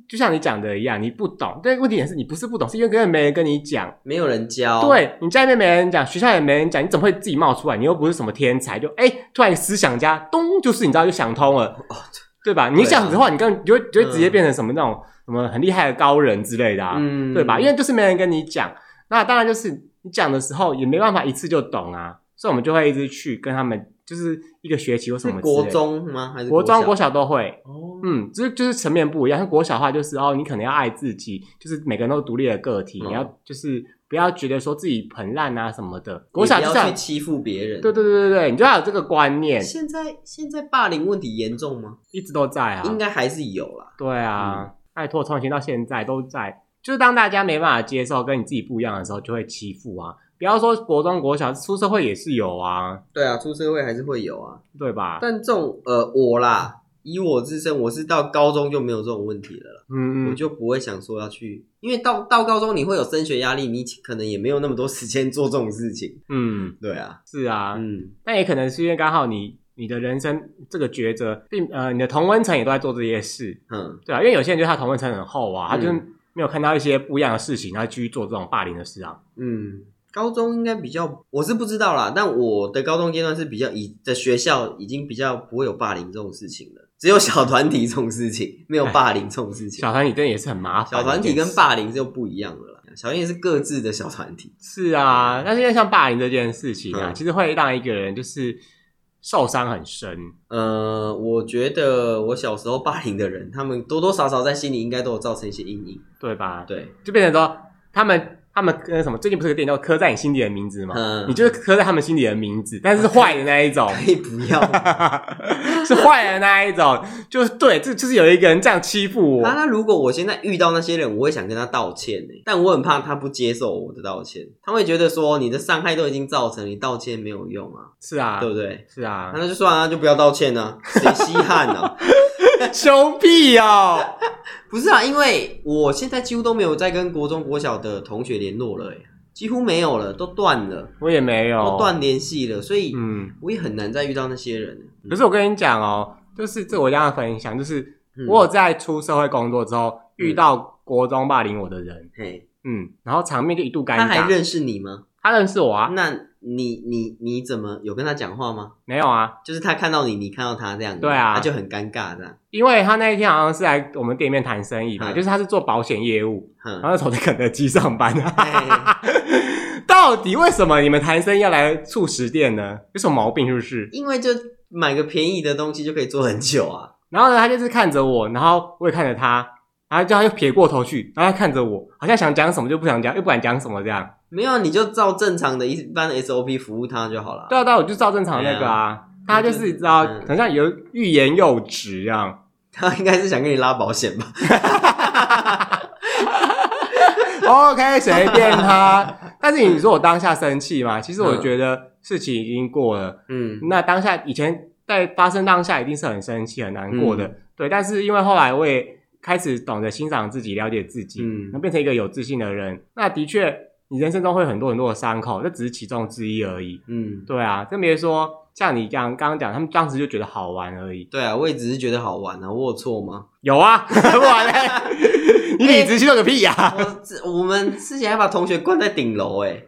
Speaker 2: 就像你讲的一样，你不懂，但问题也是你不是不懂，是因为根本没人跟你讲。
Speaker 1: 没有人教，，
Speaker 2: 对你家里面没人讲，学校也没人讲，你怎么会自己冒出来？你又不是什么天才，就哎，突然思想家，咚，就是你知道就想通了，
Speaker 1: 哦
Speaker 2: 对吧？你
Speaker 1: 对啊
Speaker 2: 想的话，你根本你就会就会直接
Speaker 1: 嗯
Speaker 2: 变成什么那种什么很厉害的高人之类的啊，
Speaker 1: 嗯
Speaker 2: 对吧？因为就是没人跟你讲，那当然就是你讲的时候也没办法一次就懂啊，所以我们就会一直去跟他们，就是一个学期或什
Speaker 1: 是
Speaker 2: 么之类的
Speaker 1: 国、中吗？还是
Speaker 2: 国中、
Speaker 1: 小
Speaker 2: 国小都会，
Speaker 1: 哦，
Speaker 2: 嗯，就是就是层面不一样。像国小的话，就是哦，你可能要爱自己，就是每个人都是独立的个体，
Speaker 1: 嗯
Speaker 2: 你要就是不要觉得说自己很烂啊什么的。
Speaker 1: 我
Speaker 2: 国小
Speaker 1: 想
Speaker 2: 就
Speaker 1: 不
Speaker 2: 是要
Speaker 1: 要去欺负别人，
Speaker 2: 对对。对对对，你就要有这个观念，
Speaker 1: 现在现在霸凌问题严重吗？
Speaker 2: 一直都在啊。
Speaker 1: 应该嗯还是有啦。
Speaker 2: 对啊，拜托，从以前到现在都在，就是当大家没办法接受跟你自己不一样的时候，就会欺负啊。不要说国中、国小，出社会也是有啊，
Speaker 1: 对啊，出社会还是会有啊。
Speaker 2: 对吧？
Speaker 1: 但这种呃，我啦，以我自身，我是到高中就没有这种问题了啦，
Speaker 2: 嗯
Speaker 1: 我
Speaker 2: 嗯，
Speaker 1: 就不会想说要去，因为到到高中你会有升学压力，你可能也没有那么多时间做这种事情。
Speaker 2: 嗯，
Speaker 1: 对啊，
Speaker 2: 是啊，
Speaker 1: 嗯，
Speaker 2: 那也可能是因为刚好你你的人生这个抉择，并呃你的同温层也都在做这些事，
Speaker 1: 嗯，
Speaker 2: 对啊，因为有些人就是他同温层很厚啊，他
Speaker 1: 嗯
Speaker 2: 就是没有看到一些不一样的事情，然后继续做这种霸凌的事啊。
Speaker 1: 嗯，高中应该比较，我是不知道啦，但我的高中阶段是比较以的学校已经比较不会有霸凌这种事情了。只有小团体这种事情，没有霸凌这种事情。
Speaker 2: 小团体真的也是很麻烦
Speaker 1: 哎小
Speaker 2: 的一
Speaker 1: 团
Speaker 2: 件
Speaker 1: 体
Speaker 2: 事。
Speaker 1: 跟霸凌就不一样了啦，小团体是各自的小团体，
Speaker 2: 是啊，但是因为像霸凌这件事情啊，
Speaker 1: 嗯
Speaker 2: 其实会让一个人就是受伤很深。
Speaker 1: 呃，我觉得我小时候霸凌的人，他们多多少少在心里应该都有造成一些阴影。
Speaker 2: 对吧？
Speaker 1: 对，
Speaker 2: 就变成说他们他们跟什么？最近不是有个电影叫《刻在你心底的名字》吗？
Speaker 1: 嗯
Speaker 2: 你就是刻在他们心底的名字，但是是坏的那
Speaker 1: <laughs>
Speaker 2: 一种，
Speaker 1: 可以不要啊？
Speaker 2: 是坏的那一种，就是对，这就是有一个人这样欺负我。
Speaker 1: 啊那如果我现在遇到那些人，我会想跟他道歉呢、但我很怕他不接受我的道歉，他会觉得说你的伤害都已经造成，你道歉没有用啊，
Speaker 2: 是啊
Speaker 1: 对，不对？
Speaker 2: 是啊 <laughs>
Speaker 1: 那，那就算了、那就不要道歉呢、啊，谁稀罕呢、
Speaker 2: 凶屁哦！
Speaker 1: <laughs> 不是啊，因为我现在几乎都没有再跟国中、国小的同学联络了、欸，几乎没有了，都断了，
Speaker 2: 我也没有
Speaker 1: 都。断联系了，所以
Speaker 2: 哦嗯，
Speaker 1: 我也很难再遇到那些人嗯了。
Speaker 2: 可是我跟你讲哦，就是这我一定要分享，就是
Speaker 1: 嗯
Speaker 2: 我有在出社会工作之后遇到国中霸凌我的人，
Speaker 1: 嘿，
Speaker 2: 嗯，然后场面就一度尴
Speaker 1: 他还
Speaker 2: 尬。
Speaker 1: 认嗯识你吗？
Speaker 2: 他认识我啊？
Speaker 1: 那你你你怎么有跟他讲话吗？
Speaker 2: 没有啊？
Speaker 1: 就是他看到你，你看到他这样子，
Speaker 2: 对啊
Speaker 1: 他就很尴尬这样。
Speaker 2: 因为他那一天好像是来我们店里面谈生意嘛，
Speaker 1: 嗯
Speaker 2: 就是他是做保险业务，
Speaker 1: 哼
Speaker 2: 然，后从肯德基上班。
Speaker 1: <laughs> 哎
Speaker 2: <laughs> 到底为什么你们谈生意要来素食店呢？有什么毛病是不是？
Speaker 1: 因为就买个便宜的东西就可以做很久啊。
Speaker 2: 然后呢，他就是看着我，然后我也看着他，然后就他又撇过头去，然后他看着我，好像想讲什么就不想讲，又不敢讲什么这样。
Speaker 1: 没有，啊你就照正常的一般的 SOP 服务他就好了。
Speaker 2: 对啊，对啊，我就照正常那个啊。他就是你知道，
Speaker 1: 嗯
Speaker 2: 很像有欲言又止一样。
Speaker 1: 他应该是想跟你拉保险
Speaker 2: <laughs>
Speaker 1: 吧？
Speaker 2: OK，随便 <laughs> 他。但是你说我当下生气嘛？其实我觉得事情已经过了，
Speaker 1: 嗯，
Speaker 2: 那当下以前在发生当下一定是很生气、很难过的，对。但是因为后来我也开始懂得欣赏自己、了解自己，
Speaker 1: 嗯
Speaker 2: 能变成一个有自信的人。那的确，你人生中会有很多很多的伤口，这只是其中之一而已。
Speaker 1: 嗯，
Speaker 2: 对啊，更别说像你这样刚刚讲，他们当时就觉得好玩而已。
Speaker 1: 对啊，我也只是觉得好玩啊，我有错吗？
Speaker 2: 有啊，
Speaker 1: <laughs>
Speaker 2: 哎不玩嘞，你理直气壮个屁呀、
Speaker 1: 我之我们之前还把同学关在顶楼，哎，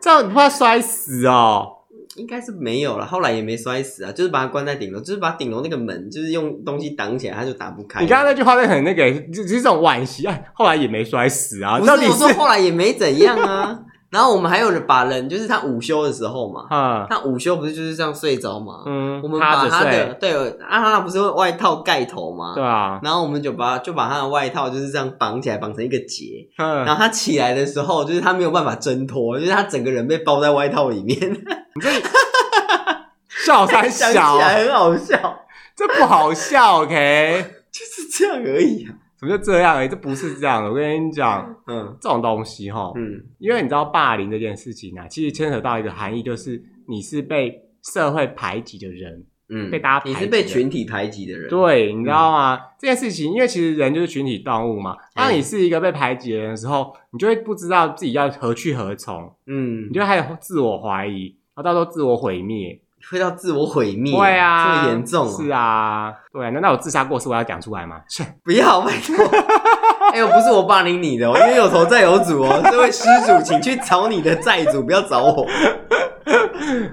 Speaker 2: 这样你怕摔死哦。
Speaker 1: 应该是没有了，后来也没摔死啊，就是把他关在顶楼，就是把顶楼那个门，就是用东西挡起来，他就打不开。
Speaker 2: 你刚刚那句话是很那个，就是这种惋惜啊。后来也没摔死啊，
Speaker 1: 不
Speaker 2: 到底
Speaker 1: 是我说
Speaker 2: <laughs> 是
Speaker 1: 后来也没怎样啊， <laughs> 然后我们还有人把人，就是他午休的时候嘛，
Speaker 2: 啊，
Speaker 1: 他午休不是就是这样睡着嘛，
Speaker 2: 嗯，
Speaker 1: 我们
Speaker 2: 趴
Speaker 1: 把
Speaker 2: 着
Speaker 1: 他
Speaker 2: 睡
Speaker 1: 的对，阿哈不是会外套盖头吗？
Speaker 2: 对啊，
Speaker 1: 然后我们就把就把他的外套就是这样绑起来，绑成一个结，然
Speaker 2: 嗯，
Speaker 1: 后他起来的时候，就是他没有办法挣脱，就是他整个人被包在外套里面。
Speaker 2: 笑三
Speaker 1: <laughs> 想
Speaker 2: 哦小啊
Speaker 1: 起，来很好笑，
Speaker 2: 这不好笑，OK？
Speaker 1: 就是这样而已啊。
Speaker 2: 怎么就这样、欸？这不是这样的。我跟你讲，
Speaker 1: 嗯
Speaker 2: 这种东西哈，
Speaker 1: 嗯
Speaker 2: 因为你知道霸凌这件事情啊，其实牵扯到一个含义，就是你是被社会排挤的人。
Speaker 1: 嗯，
Speaker 2: 被大家排挤
Speaker 1: 你是被群体排挤的人。
Speaker 2: 对，你知道吗？这件事情，因为其实人就是群体动物嘛。当
Speaker 1: 嗯
Speaker 2: 你是一个被排挤的人的时候，你就会不知道自己要何去何从，
Speaker 1: 嗯
Speaker 2: 你，就还有自我怀疑，然后到时候自我毁灭。
Speaker 1: 会到自我毁灭，
Speaker 2: 会啊，
Speaker 1: 这么严重、
Speaker 2: 是，啊，对啊。难道我自杀过是我要讲出来吗？ <laughs> 是。
Speaker 1: 不要拜
Speaker 2: <laughs>
Speaker 1: 托。哎呦，不是我霸凌你的、哦，因为有头债有主哦。这位施主，请去找你的债主，不要找
Speaker 2: <laughs>
Speaker 1: 我。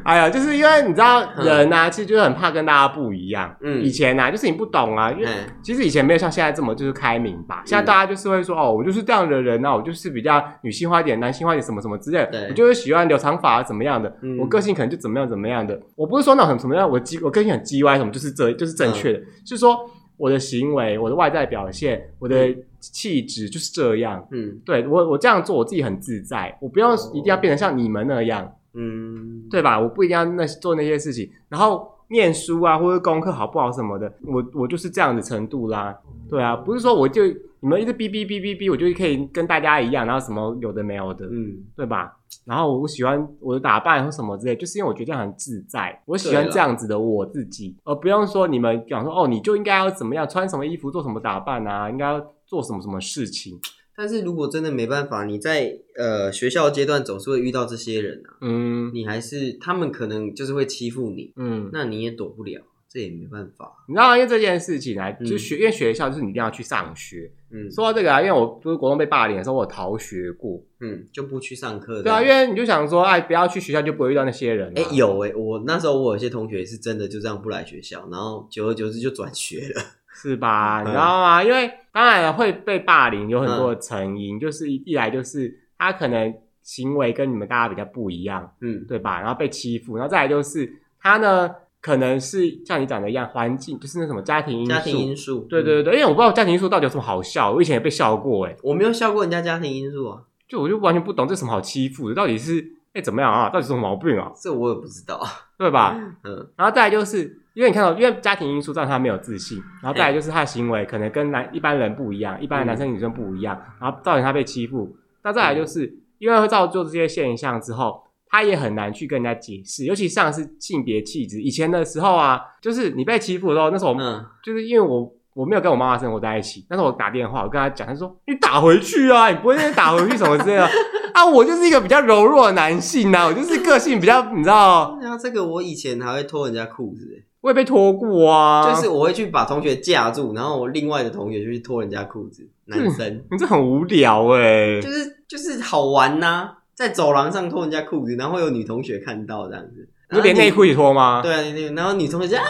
Speaker 2: 哎呀，就是因为你知道
Speaker 1: 嗯
Speaker 2: 人啊，其实就是很怕跟大家不一样。
Speaker 1: 嗯
Speaker 2: 以前啊，就是你不懂啊，因为
Speaker 1: 嗯
Speaker 2: 其实以前没有像现在这么就是开明吧。现在大家就是会说哦，我就是这样的人啊，我就是比较女性化一点、男性化一点，什么什么之类的
Speaker 1: 对。
Speaker 2: 我就是喜欢留长发啊怎么样的，
Speaker 1: 嗯
Speaker 2: 我个性可能就怎么样怎么样的。我不是说那种很怎么样，我叽我个性很叽歪什么，就是这
Speaker 1: 嗯
Speaker 2: 就是正确的，就是说我的行为、我的外在表现、我的气质就是这样。
Speaker 1: 嗯
Speaker 2: 对我我这样做我自己很自在，我不用
Speaker 1: 哦
Speaker 2: 一定要变成像你们那样。
Speaker 1: 嗯，
Speaker 2: 对吧？我不一定要那做那些事情，然后念书啊，或者功课好不好什么的，我我就是这样的程度啦。对啊，不是说我就你们一直哔哔哔哔哔，我就可以跟大家一样，然后什么有的没有的，
Speaker 1: 嗯，
Speaker 2: 对吧？然后我喜欢我的打扮或什么之类，就是因为我觉得这样很自在，我喜
Speaker 1: 对
Speaker 2: 欢
Speaker 1: 啦
Speaker 2: 这样子的我自己，而不用说你们讲说哦，你就应该要怎么样，穿什么衣服，做什么打扮啊，应该要做什么什么事情。
Speaker 1: 但是如果真的没办法，你在呃学校阶段总是会遇到这些人啊。
Speaker 2: 嗯
Speaker 1: 你还是他们可能就是会欺负你，
Speaker 2: 嗯，
Speaker 1: 那你也躲不了，这也没办法。
Speaker 2: 你知道，因为这件事情啊，
Speaker 1: 嗯
Speaker 2: 就是学，因为学校就是你一定要去上学。
Speaker 1: 嗯
Speaker 2: 说到这个啊，因为我就是国中被霸凌的时候，我有逃学过。
Speaker 1: 嗯，就不去上课的。
Speaker 2: 对啊，因为你就想说，哎，不要去学校就不会遇到那些人、啊。
Speaker 1: 哎、有哎、我那时候我有些同学是真的就这样不来学校，然后久而久之就转学了。
Speaker 2: 是吧？
Speaker 1: 嗯
Speaker 2: 你知道吗？因为当然会被霸凌，有很多的成
Speaker 1: 嗯
Speaker 2: 因，就是一一来就是他可能行为跟你们大家比较不一样，
Speaker 1: 嗯，
Speaker 2: 对吧？然后被欺负，然后再来就是他呢，可能是像你讲的一样，环境就是那什么家庭因素。
Speaker 1: 家庭因素。
Speaker 2: 对对对对，因为我不知道家庭因素到底有什么好笑，我以前也被笑过，哎，
Speaker 1: 我没有笑过人家家庭因素啊，
Speaker 2: 就我就完全不懂这什么好欺负的，到底是哎怎么样啊？到底是什么毛病啊？
Speaker 1: 这我也不知道。 <laughs>
Speaker 2: 对吧？
Speaker 1: 嗯
Speaker 2: 然后再来就是，因为你看到，因为家庭因素让他没有自信，然后再
Speaker 1: 哎
Speaker 2: 来就是他的行为可能跟男一般人不一样，一般的
Speaker 1: 嗯
Speaker 2: 男生女生不一样，然后造成他被欺负。那再来就是，因为会造就这些现象之后，他也很难去跟人家解释，尤其像是性别气质。以前的时候啊，就是你被欺负的时候，那时候我、
Speaker 1: 嗯，
Speaker 2: 就是因为我。我没有跟我妈妈生活在一起，但是我打电话，我跟她讲，她说你打回去啊，你不会在那边打回去什么之类的 <laughs> 啊。我就是一个比较柔弱的男性啊，我就是个性比较，你知道，
Speaker 1: 然后啊这个我以前还会脱人家裤子欸、
Speaker 2: 我也被拖过啊，
Speaker 1: 就是我会去把同学架住，然后我另外的同学就去脱人家裤子，男生、
Speaker 2: 你这很无聊哎、
Speaker 1: 就是就是好玩呐、在走廊上脱人家裤子，然后会有女同学看到这样子，
Speaker 2: 你就连内
Speaker 1: 然后
Speaker 2: 裤一起脱吗？
Speaker 1: 女，对啊，连内裤然后女同学就啊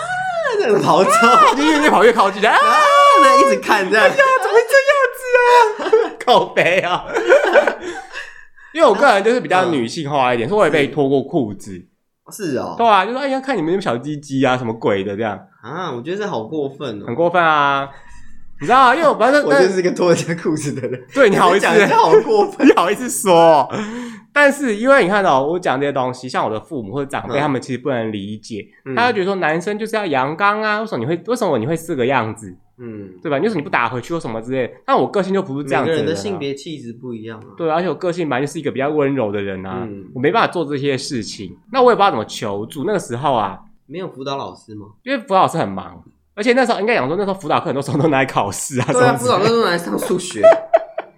Speaker 1: 这样子跑走， <laughs>
Speaker 2: 就越越跑越靠近，啊，
Speaker 1: 啊然后一直看这样，
Speaker 2: 怎么会这样子啊？ <laughs> 靠背啊！因为我个人就是比较女性化一点，所以我也被脱过裤子。
Speaker 1: 是哦、
Speaker 2: 对啊，就是哎呀，看你们那小鸡鸡啊，什么鬼的这样，
Speaker 1: 啊，我觉得这好过分哦、
Speaker 2: 很过分啊！你知道啊，因为我反正
Speaker 1: 我就是一个脱人家裤子的人，
Speaker 2: <laughs> 对你好意思
Speaker 1: 讲，一下好过分，
Speaker 2: 你好意思说。但是因为你看到、哦我讲这些东西，像我的父母或者长辈，
Speaker 1: 嗯
Speaker 2: 他们其实不能理解，
Speaker 1: 嗯
Speaker 2: <laughs> 他就觉得说男生就是要阳刚啊，为什么你会为什么你会这个样子？
Speaker 1: 嗯，
Speaker 2: 对吧？就是你不打回去或什么之类的。但我个性就不是这样
Speaker 1: 每
Speaker 2: 子
Speaker 1: 个人
Speaker 2: 人
Speaker 1: 的
Speaker 2: 啊
Speaker 1: 性别气质不一样啊，
Speaker 2: 对，而且我个性本来就是一个比较温柔的人啊，
Speaker 1: 嗯
Speaker 2: 我没办法做这些事情。那我也不知道怎么求助。那个时候啊，
Speaker 1: 没有辅导老师吗？
Speaker 2: 因为辅导老师很忙，而且那时候应该讲说，那时候辅导课很多时候都拿来考试啊，
Speaker 1: 对啊，
Speaker 2: 什么之
Speaker 1: 辅
Speaker 2: 类
Speaker 1: 导
Speaker 2: 的
Speaker 1: 课都拿来上数学，
Speaker 2: <laughs>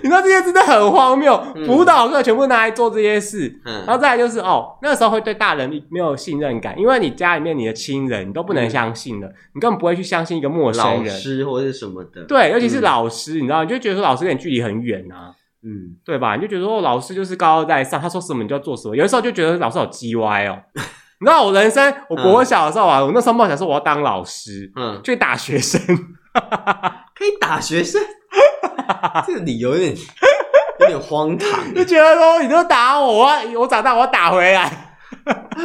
Speaker 2: 你知道这些真的很荒谬，
Speaker 1: 嗯
Speaker 2: 辅导课全部拿来做这些事。
Speaker 1: 嗯
Speaker 2: 然后再来就是哦，那个时候会对大人没有信任感，因为你家里面你的亲人你都不能
Speaker 1: 嗯
Speaker 2: 相信了，你根本不会去相信一个陌生
Speaker 1: 老
Speaker 2: 人。
Speaker 1: 师或是什么的，，
Speaker 2: 对，尤其是
Speaker 1: 嗯
Speaker 2: 老师，你知道，你就觉得说老师跟你距离很远啊。
Speaker 1: 嗯。
Speaker 2: 对吧？你就觉得说、哦、老师就是高高在上，他说什么你就要做什么。有的时候就觉得老师好叽歪哦。你知道我人生，我国小的时候啊，我那时候梦想说我要当老师，
Speaker 1: 嗯，
Speaker 2: 去打学生。
Speaker 1: 可以打学
Speaker 2: <laughs>
Speaker 1: 生，这个理由有点有点荒唐欸。
Speaker 2: 就觉得说你都打我，我要我长大我要打回来。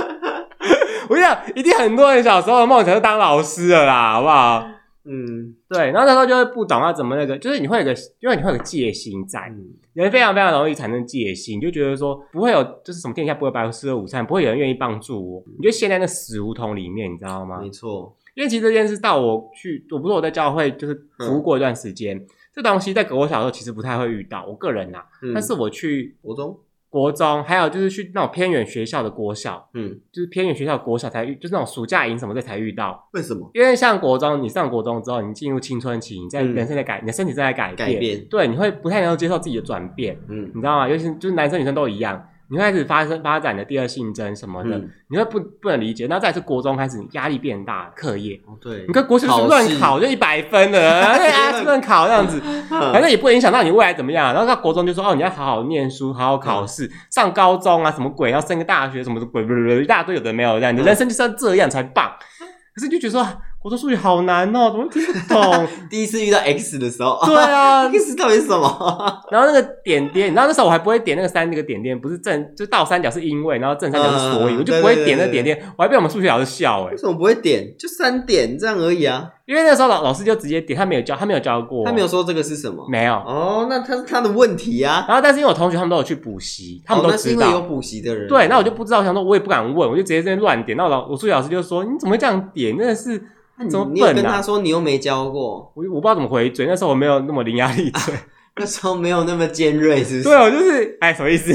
Speaker 2: <laughs> 我想一定很多人小时候的梦想是当老师的啦，好不好？
Speaker 1: 嗯
Speaker 2: 对，然后那时候就会不懂要怎么那个，就是你会有个，因为你会有个戒心在，
Speaker 1: 嗯
Speaker 2: 人非常非常容易产生戒心，你就觉得说不会有就是什么天下不会白吃的午餐，不会有人愿意帮助我，你就陷在那死胡同里面，你知道吗
Speaker 1: 没？错，
Speaker 2: 因为其实这件事到我去，我不是我在教会就是服务过一段时间，这东西在我小时候其实不太会遇到，我个人呐、啊
Speaker 1: 嗯
Speaker 2: 但是我去
Speaker 1: 国中，
Speaker 2: 国中，还有就是去那种偏远学校的国小，
Speaker 1: 嗯，
Speaker 2: 就是偏远学校的国小才遇，就是那种暑假营什么的才遇到。
Speaker 1: 为什么？
Speaker 2: 因为像国中，你上国中之后，你进入青春期，你在
Speaker 1: 嗯
Speaker 2: 人生的改，你的身体正在改变，
Speaker 1: 改变
Speaker 2: 对，你会不太能够接受自己的转变，
Speaker 1: 嗯
Speaker 2: 你知道吗？尤其是就是男生女生都一样，你会开始发生发展的第二性征什么的，
Speaker 1: 嗯，
Speaker 2: 你会不不能理解。那再来是国中开始，你压力变大，课业，
Speaker 1: 哦对，
Speaker 2: 你看国小就是
Speaker 1: 考
Speaker 2: 乱
Speaker 1: 试嗯
Speaker 2: 考就一百分
Speaker 1: <laughs>
Speaker 2: 了，哎呀乱考这样子，反正也不会影响到你未来怎么样。然后到国中就说哦，你要好好念书，好好
Speaker 1: 嗯
Speaker 2: 考试，上高中啊什么鬼，要升个大学什么鬼，一大堆有的没有这样，你的
Speaker 1: 嗯
Speaker 2: 人生就是要这样才棒。可是你就觉得说啊国中数学好难哦，怎么听不
Speaker 1: <laughs>
Speaker 2: 懂？
Speaker 1: 第一次遇到 X 的时候，
Speaker 2: 对啊，
Speaker 1: <laughs> ，X 到底是什么？ <laughs>
Speaker 2: 然后那个点点，然后那时候我还不会点那个三那个点点，不是正就倒三角是因为，然后正三角是所以，
Speaker 1: 嗯
Speaker 2: 我就不会点那
Speaker 1: 对对对
Speaker 2: 点点，我还被我们数学老师笑哎
Speaker 1: 为，什么不会点？就三点这样而已啊，
Speaker 2: 因为那时候老老师就直接点，他没有教，他没有教过，
Speaker 1: 他没有说这个是什么。
Speaker 2: 没有。
Speaker 1: 哦，那他是他的问题啊，
Speaker 2: 然后，但是因为我同学他们都有去补习，他们
Speaker 1: 哦
Speaker 2: 都
Speaker 1: 那是
Speaker 2: 知
Speaker 1: 因为有
Speaker 2: 道。
Speaker 1: 补习的人。
Speaker 2: 对，那我就不知道，我想说我也不敢问，我就直接在那边乱点。那我老我数学老师就说：“你怎么会这样点？真的是
Speaker 1: 那你
Speaker 2: 怎么
Speaker 1: 你有跟
Speaker 2: 笨啊
Speaker 1: 他说你又没教过，
Speaker 2: 我我不知道怎么回嘴。”那时候我没有那么伶牙俐齿，
Speaker 1: 那时候没有那么尖锐，是不是？
Speaker 2: 对我就是哎什么
Speaker 1: <laughs>
Speaker 2: 意思？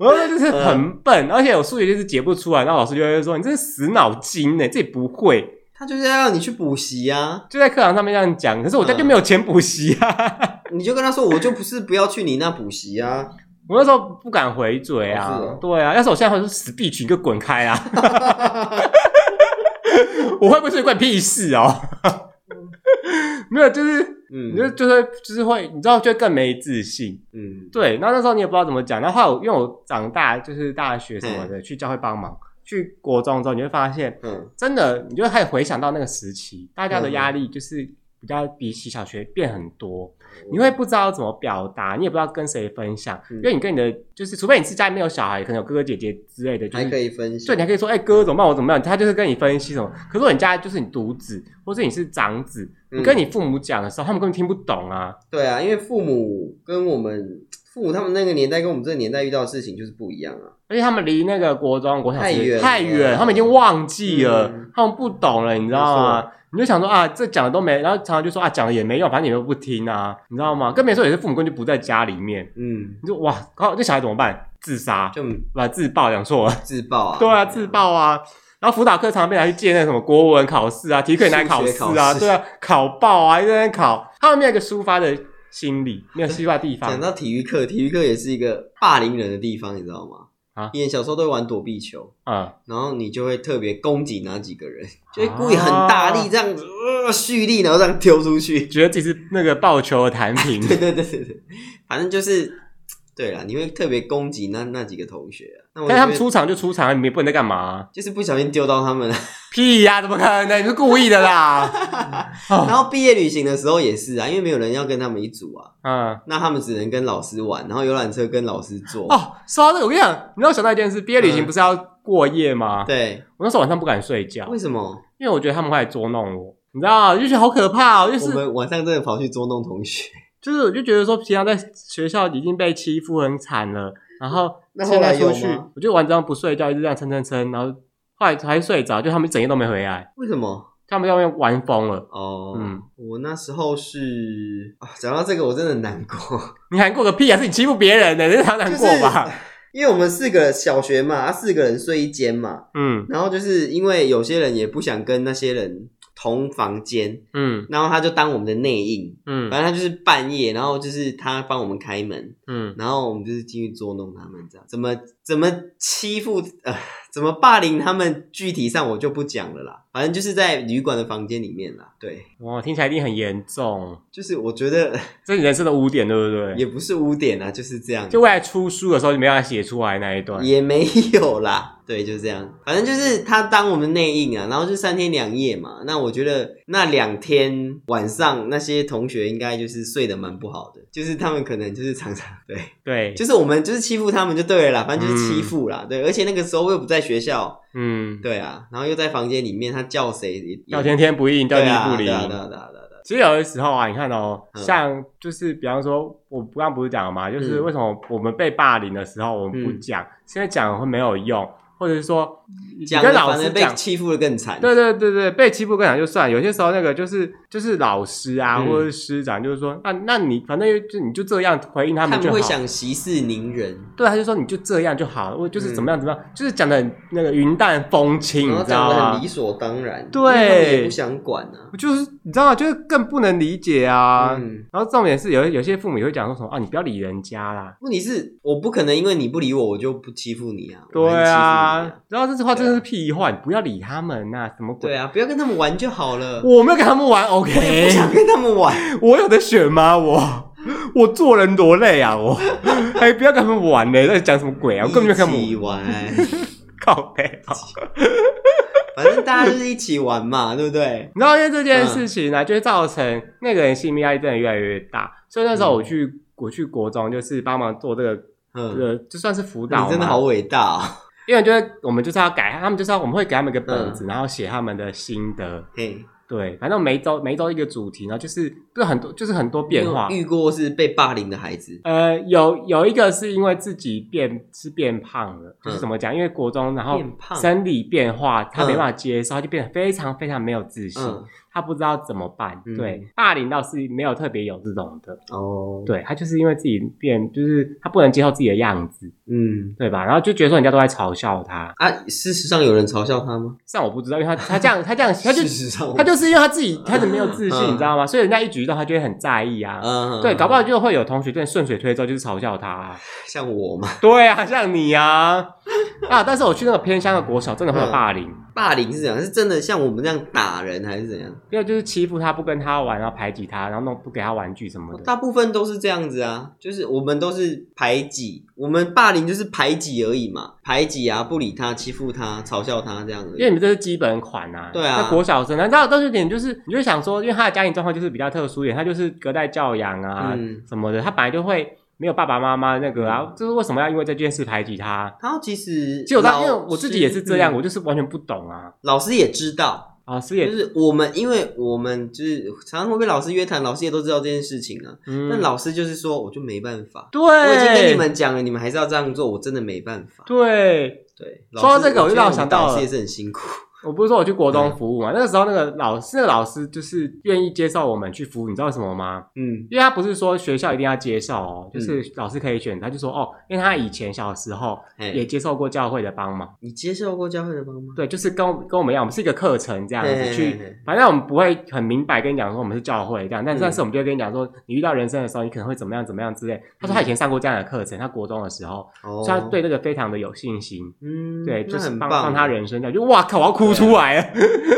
Speaker 2: 我那时候就是很笨，而且我数学就是解不出来。然后老师就会说：“你真是死脑筋呢、这也不会。
Speaker 1: 他就是要你去补习啊，”
Speaker 2: 就在课堂上面这样讲，可是我家就没有钱补习啊。 <laughs>
Speaker 1: 你就跟他说，我就不是不要去你那补习啊，
Speaker 2: 我那时候不敢回嘴
Speaker 1: 哦
Speaker 2: 啊，
Speaker 1: 是哦
Speaker 2: 对啊。要是我现在会说死必群，你给我滚开啊！ <laughs> 我会不会睡关你屁事哦？
Speaker 1: <laughs>
Speaker 2: 没有，就是
Speaker 1: 嗯
Speaker 2: 你就就会就是会，你知道就会更没自信。
Speaker 1: 嗯
Speaker 2: 对，然后那时候你也不知道怎么讲。然后后来我因为我长大就是大学什么的去教会帮忙，去国中之后你会发现，
Speaker 1: 嗯
Speaker 2: 真的你就会开始回想到那个时期，大家的压力就是比较比起小学变很多。你会不知道怎么表达，你也不知道跟谁分享，
Speaker 1: 嗯
Speaker 2: 因为你跟你的就是，除非你是家里没有小孩，可能有哥哥姐姐之类的，就
Speaker 1: 还可
Speaker 2: 是。
Speaker 1: 以分析
Speaker 2: 对，你还可以说，哎、哥怎么办？我怎么办？他就是跟你分析什么。可是如果你家就是你独子，或是你是长子，
Speaker 1: 嗯
Speaker 2: 你跟你父母讲的时候，他们根本听不懂啊。
Speaker 1: 对啊，因为父母跟我们父母他们那个年代跟我们这个年代遇到的事情就是不一样啊。
Speaker 2: 而且他们离那个国中、国小
Speaker 1: 太
Speaker 2: 其实
Speaker 1: 远
Speaker 2: 太
Speaker 1: 了
Speaker 2: 远，他们已经忘记了，
Speaker 1: 嗯
Speaker 2: 他们不懂了，你知道吗？你就想说啊，这讲的都没，然后常常就说啊，讲的也没用，反正你们不听啊，你知道吗？更别说有些父母根本就不在家里面，
Speaker 1: 嗯，
Speaker 2: 你说哇靠，这小孩怎么办？自杀，
Speaker 1: 就
Speaker 2: 把自爆讲错了，
Speaker 1: 自爆啊。
Speaker 2: 对啊，自爆啊。然后辅导课常被拿去借那什么国文考试啊、体育课也拿来考试
Speaker 1: 数学
Speaker 2: 啊，
Speaker 1: 考试
Speaker 2: 对啊，考爆啊，一直在那边考，他们没有一个抒发的心理，没有抒发的地
Speaker 1: 哎讲
Speaker 2: 方。
Speaker 1: 到体育课，体育课也是一个霸凌人的地方，你知道吗？
Speaker 2: 啊
Speaker 1: 以前小时候都会玩躲避球，
Speaker 2: 嗯，
Speaker 1: 然后你就会特别攻击哪几个人，
Speaker 2: 啊
Speaker 1: 就会故意很大力这样子，呃，蓄力，然后这样丢出去。 <laughs>
Speaker 2: 觉得自己是那个爆球的弹屏，
Speaker 1: 对对对对对，反正就是对啦，你会特别攻击那那几个同学、啊。那我
Speaker 2: <laughs> 但是他们
Speaker 1: 觉得
Speaker 2: 出场就出场，你们也不能在干嘛啊、
Speaker 1: 就是不小心丢到他们啊了。
Speaker 2: 屁呀、怎么可能？ <laughs> 你是故意
Speaker 1: <laughs>
Speaker 2: 的啦。哦
Speaker 1: 然后毕业旅行的时候也是啊，因为没有人要跟他们一组啊，
Speaker 2: 嗯，
Speaker 1: 那他们只能跟老师玩，然后游览车跟老师坐。
Speaker 2: 哦，说到这个，我跟你讲，你让我想到一件事，毕业旅行不是要过夜吗？
Speaker 1: 对，
Speaker 2: 我那时候晚上不敢睡觉，
Speaker 1: 为什么
Speaker 2: 因为我觉得他们会来捉弄我，你知道，我就觉得好可怕哦，就
Speaker 1: 我
Speaker 2: 是
Speaker 1: 们晚上真的跑去捉弄同学？
Speaker 2: 就是，我就觉得说，平常在学校已经被欺负很惨了，然后
Speaker 1: 嗯那后
Speaker 2: 现
Speaker 1: 来
Speaker 2: 在
Speaker 1: 有
Speaker 2: 出
Speaker 1: 吗
Speaker 2: 去，我就晚上不睡觉，一直这样撑撑撑，然后后来还睡着，就他们整夜都没回来，
Speaker 1: 为什么？
Speaker 2: 他们在外面玩疯了。
Speaker 1: 哦，
Speaker 2: 嗯
Speaker 1: 我那时候是啊，讲到这个我真的很难过，
Speaker 2: 你难过个屁啊！是你欺负别人呢、你这常难过吧？
Speaker 1: 就是因为我们四个小学嘛，啊四个人睡一间嘛，
Speaker 2: 嗯
Speaker 1: 然后就是因为有些人也不想跟那些人同房间，
Speaker 2: 嗯
Speaker 1: 然后他就当我们的内应，
Speaker 2: 嗯
Speaker 1: 反正他就是半夜，然后就是他帮我们开门，
Speaker 2: 嗯，
Speaker 1: 然后我们就是进去捉弄他们，这样怎么怎么欺负呃，怎么霸凌他们，具体上我就不讲了啦。反正就是在旅馆的房间里面啦，对，
Speaker 2: 哇，哦听起来一定很严重。
Speaker 1: 就是我觉得
Speaker 2: 这是你人生的污点，对不对？
Speaker 1: 也不是污点啊，就是这样，
Speaker 2: 就未来出书的时候，你没办法写出来那一段。
Speaker 1: 也没有啦，对，就是这样。反正就是他当我们内应啊，然后就三天两夜嘛。那我觉得那两天晚上那些同学应该就是睡得蛮不好的，就是他们可能就是常常
Speaker 2: <laughs>
Speaker 1: 对。
Speaker 2: 对，
Speaker 1: 就是我们就是欺负他们就对了啦，反正就是欺负啦，对。而且那个时候我又不在学校，
Speaker 2: 嗯，
Speaker 1: 对啊，然后又在房间里面，他叫谁也
Speaker 2: 叫天天不应，叫
Speaker 1: 对
Speaker 2: 地
Speaker 1: 啊
Speaker 2: 不灵
Speaker 1: 对。啊对啊对啊对啊对啊
Speaker 2: 其实有的时候啊，你看哦，
Speaker 1: 嗯
Speaker 2: 像就是比方说，我刚刚不是讲了嘛，就是
Speaker 1: 嗯
Speaker 2: 为什么我们被霸凌的时候我们不讲，现在讲会没有用，或者是说你
Speaker 1: 讲
Speaker 2: 跟
Speaker 1: 了
Speaker 2: 老
Speaker 1: 反
Speaker 2: 师
Speaker 1: 正被
Speaker 2: 讲。
Speaker 1: 欺负的更惨，
Speaker 2: 对对对对，被欺负跟讲就算，有些时候那个就是就是老师啊，
Speaker 1: 嗯
Speaker 2: 或者是师长，就是说，那那你反正就你就这样回应他
Speaker 1: 他
Speaker 2: 们就
Speaker 1: 们
Speaker 2: 好。
Speaker 1: 会想息事宁人，
Speaker 2: 对，他就说你就这样就好，我就是怎么样怎么样，就是讲的那个云淡风轻，
Speaker 1: 嗯然
Speaker 2: 嗯你
Speaker 1: 后
Speaker 2: 知道
Speaker 1: 讲的
Speaker 2: 吗
Speaker 1: 很理？所当然，
Speaker 2: 对
Speaker 1: 因为他们也不想管啊。
Speaker 2: 我就是你知道吗？就是更不能理解啊。
Speaker 1: 嗯
Speaker 2: 然后重点是有有些父母也会讲说什么啊，你不要理人家啦。
Speaker 1: 问题是我不可能因为你不理我，我就不欺负你啊，我
Speaker 2: 对
Speaker 1: 还是欺负你啊
Speaker 2: 啊，，然后这句话真的是屁话，你不要理他们呐、什么鬼？
Speaker 1: 对啊，不要跟他们玩就好了。
Speaker 2: 我没哎有跟他们玩
Speaker 1: 不
Speaker 2: ，OK？
Speaker 1: 想跟他们玩，
Speaker 2: <laughs> 我有的选吗？我我做人多累啊！我 <laughs> 还不要跟他们玩呢，在讲什么鬼啊？我根本就没有跟他
Speaker 1: 一起
Speaker 2: 们
Speaker 1: 玩，
Speaker 2: 靠背、啊。
Speaker 1: 反正大家就是一起玩嘛， <laughs> 对不对？
Speaker 2: 然后因为这件
Speaker 1: 嗯
Speaker 2: 事情呢、就会造成那个人心理压力真的越来越大。所以那时候我去、我去国中，就是帮忙做这个这
Speaker 1: 嗯，
Speaker 2: 个，就算是辅导嘛。
Speaker 1: 你真的好伟大哦。
Speaker 2: 因为就是我们就是要改，他们就是要我们会给他们一个本
Speaker 1: 嗯
Speaker 2: 子，然后写他们的心得。
Speaker 1: 嘿，
Speaker 2: 对，反正每一周每一周一个主题，然后就是就是很多就是很多变化
Speaker 1: 你。有遇过是被霸凌的孩子，
Speaker 2: 呃，有有一个是因为自己变是变胖了，就
Speaker 1: 嗯
Speaker 2: 是怎么讲？因为国中，然后
Speaker 1: 变胖
Speaker 2: 生理变化，他没
Speaker 1: 嗯
Speaker 2: 办法接受，他就变得非常非常没有自信。
Speaker 1: 嗯，
Speaker 2: 他不知道怎么办。
Speaker 1: 嗯
Speaker 2: 对，霸凌倒是没有特别有这种的，
Speaker 1: 哦，，
Speaker 2: 对他就是因为自己变，就是他不能接受自己的样子，
Speaker 1: 嗯，
Speaker 2: 对吧？然后就觉得说人家都在嘲笑他，
Speaker 1: 啊，事实上有人嘲笑他吗？
Speaker 2: 但我不知道，因为他他这样他这样他就
Speaker 1: 事实上我，
Speaker 2: 他就是因为他自己他很没有自信，
Speaker 1: 嗯
Speaker 2: 你知道吗？所以人家一举一动他就会很在意啊。
Speaker 1: 嗯，
Speaker 2: 对，搞不好就会有同学对顺水推舟，就是嘲笑他、啊。
Speaker 1: 像我嘛，
Speaker 2: 对啊，像你啊啊！但是我去那个偏乡的国小，真的会有霸凌，
Speaker 1: 霸凌是怎样？是真的像我们这样打人还是怎样？
Speaker 2: 因为就是欺负他，不跟他玩，然后排挤他，然后弄不给他玩具什么的。
Speaker 1: 大部分都是这样子啊，就是我们都是排挤，我们霸凌就是排挤而已嘛，排挤啊，不理他，欺负他，嘲笑他这样而
Speaker 2: 因
Speaker 1: 已。
Speaker 2: 为你们这是基本款啊，
Speaker 1: 对啊
Speaker 2: 那国小生，那到到这点就是，你就会想说，因为他的家庭状况就是比较特殊一点，他就是隔代教养啊、
Speaker 1: 嗯
Speaker 2: 什么的，他本来就会没有爸爸妈妈那个啊，就是为什么要因为这件事排挤他？
Speaker 1: 然后其实
Speaker 2: 其实我当
Speaker 1: 老
Speaker 2: 因为我自己也是这样，
Speaker 1: 嗯
Speaker 2: 我就是完全不懂啊。
Speaker 1: 老师也知道，
Speaker 2: 老师也
Speaker 1: 就，是我们，因为我们就是常常会被老师约谈，老师也都知道这件事情啊。
Speaker 2: 嗯
Speaker 1: 但老师就是说，我就没办法，
Speaker 2: 对，
Speaker 1: 我已经跟你们讲了，你们还是要这样做，我真的没办法。
Speaker 2: 对，
Speaker 1: 对，
Speaker 2: 说到
Speaker 1: 老师
Speaker 2: 这个我就
Speaker 1: 觉得
Speaker 2: 让我
Speaker 1: 们
Speaker 2: 想到
Speaker 1: 老师
Speaker 2: 了
Speaker 1: 也是很辛苦。
Speaker 2: 我不是说我去国中服务嘛，那个时候那个老师，那个老师就是愿意接受我们去服务，你知道为什么吗？
Speaker 1: 嗯
Speaker 2: 因为他不是说学校一定要接受哦，就是老师可以选择，他就说哦，因为他以前小时候
Speaker 1: 嘿
Speaker 2: 也接受过教会的帮忙，
Speaker 1: 你接受过教会的帮忙？
Speaker 2: 对，就是跟我跟我们一样，我们是一个课程这样
Speaker 1: 嘿嘿
Speaker 2: 子
Speaker 1: 嘿
Speaker 2: 去
Speaker 1: 嘿，
Speaker 2: 反正我们不会很明白跟你讲说我们是教会这样，但
Speaker 1: 嗯
Speaker 2: 但是我们就会跟你讲说，你遇到人生的时候，你可能会怎么样怎么样之类。他说他以前上过这样的课程，他国中的时候，
Speaker 1: 哦
Speaker 2: 所以他对这个非常的有信心。
Speaker 1: 嗯，
Speaker 2: 对，就
Speaker 1: 那
Speaker 2: 是
Speaker 1: 很
Speaker 2: 帮
Speaker 1: 棒
Speaker 2: 帮他人生讲，就哇靠，我要哭出来了，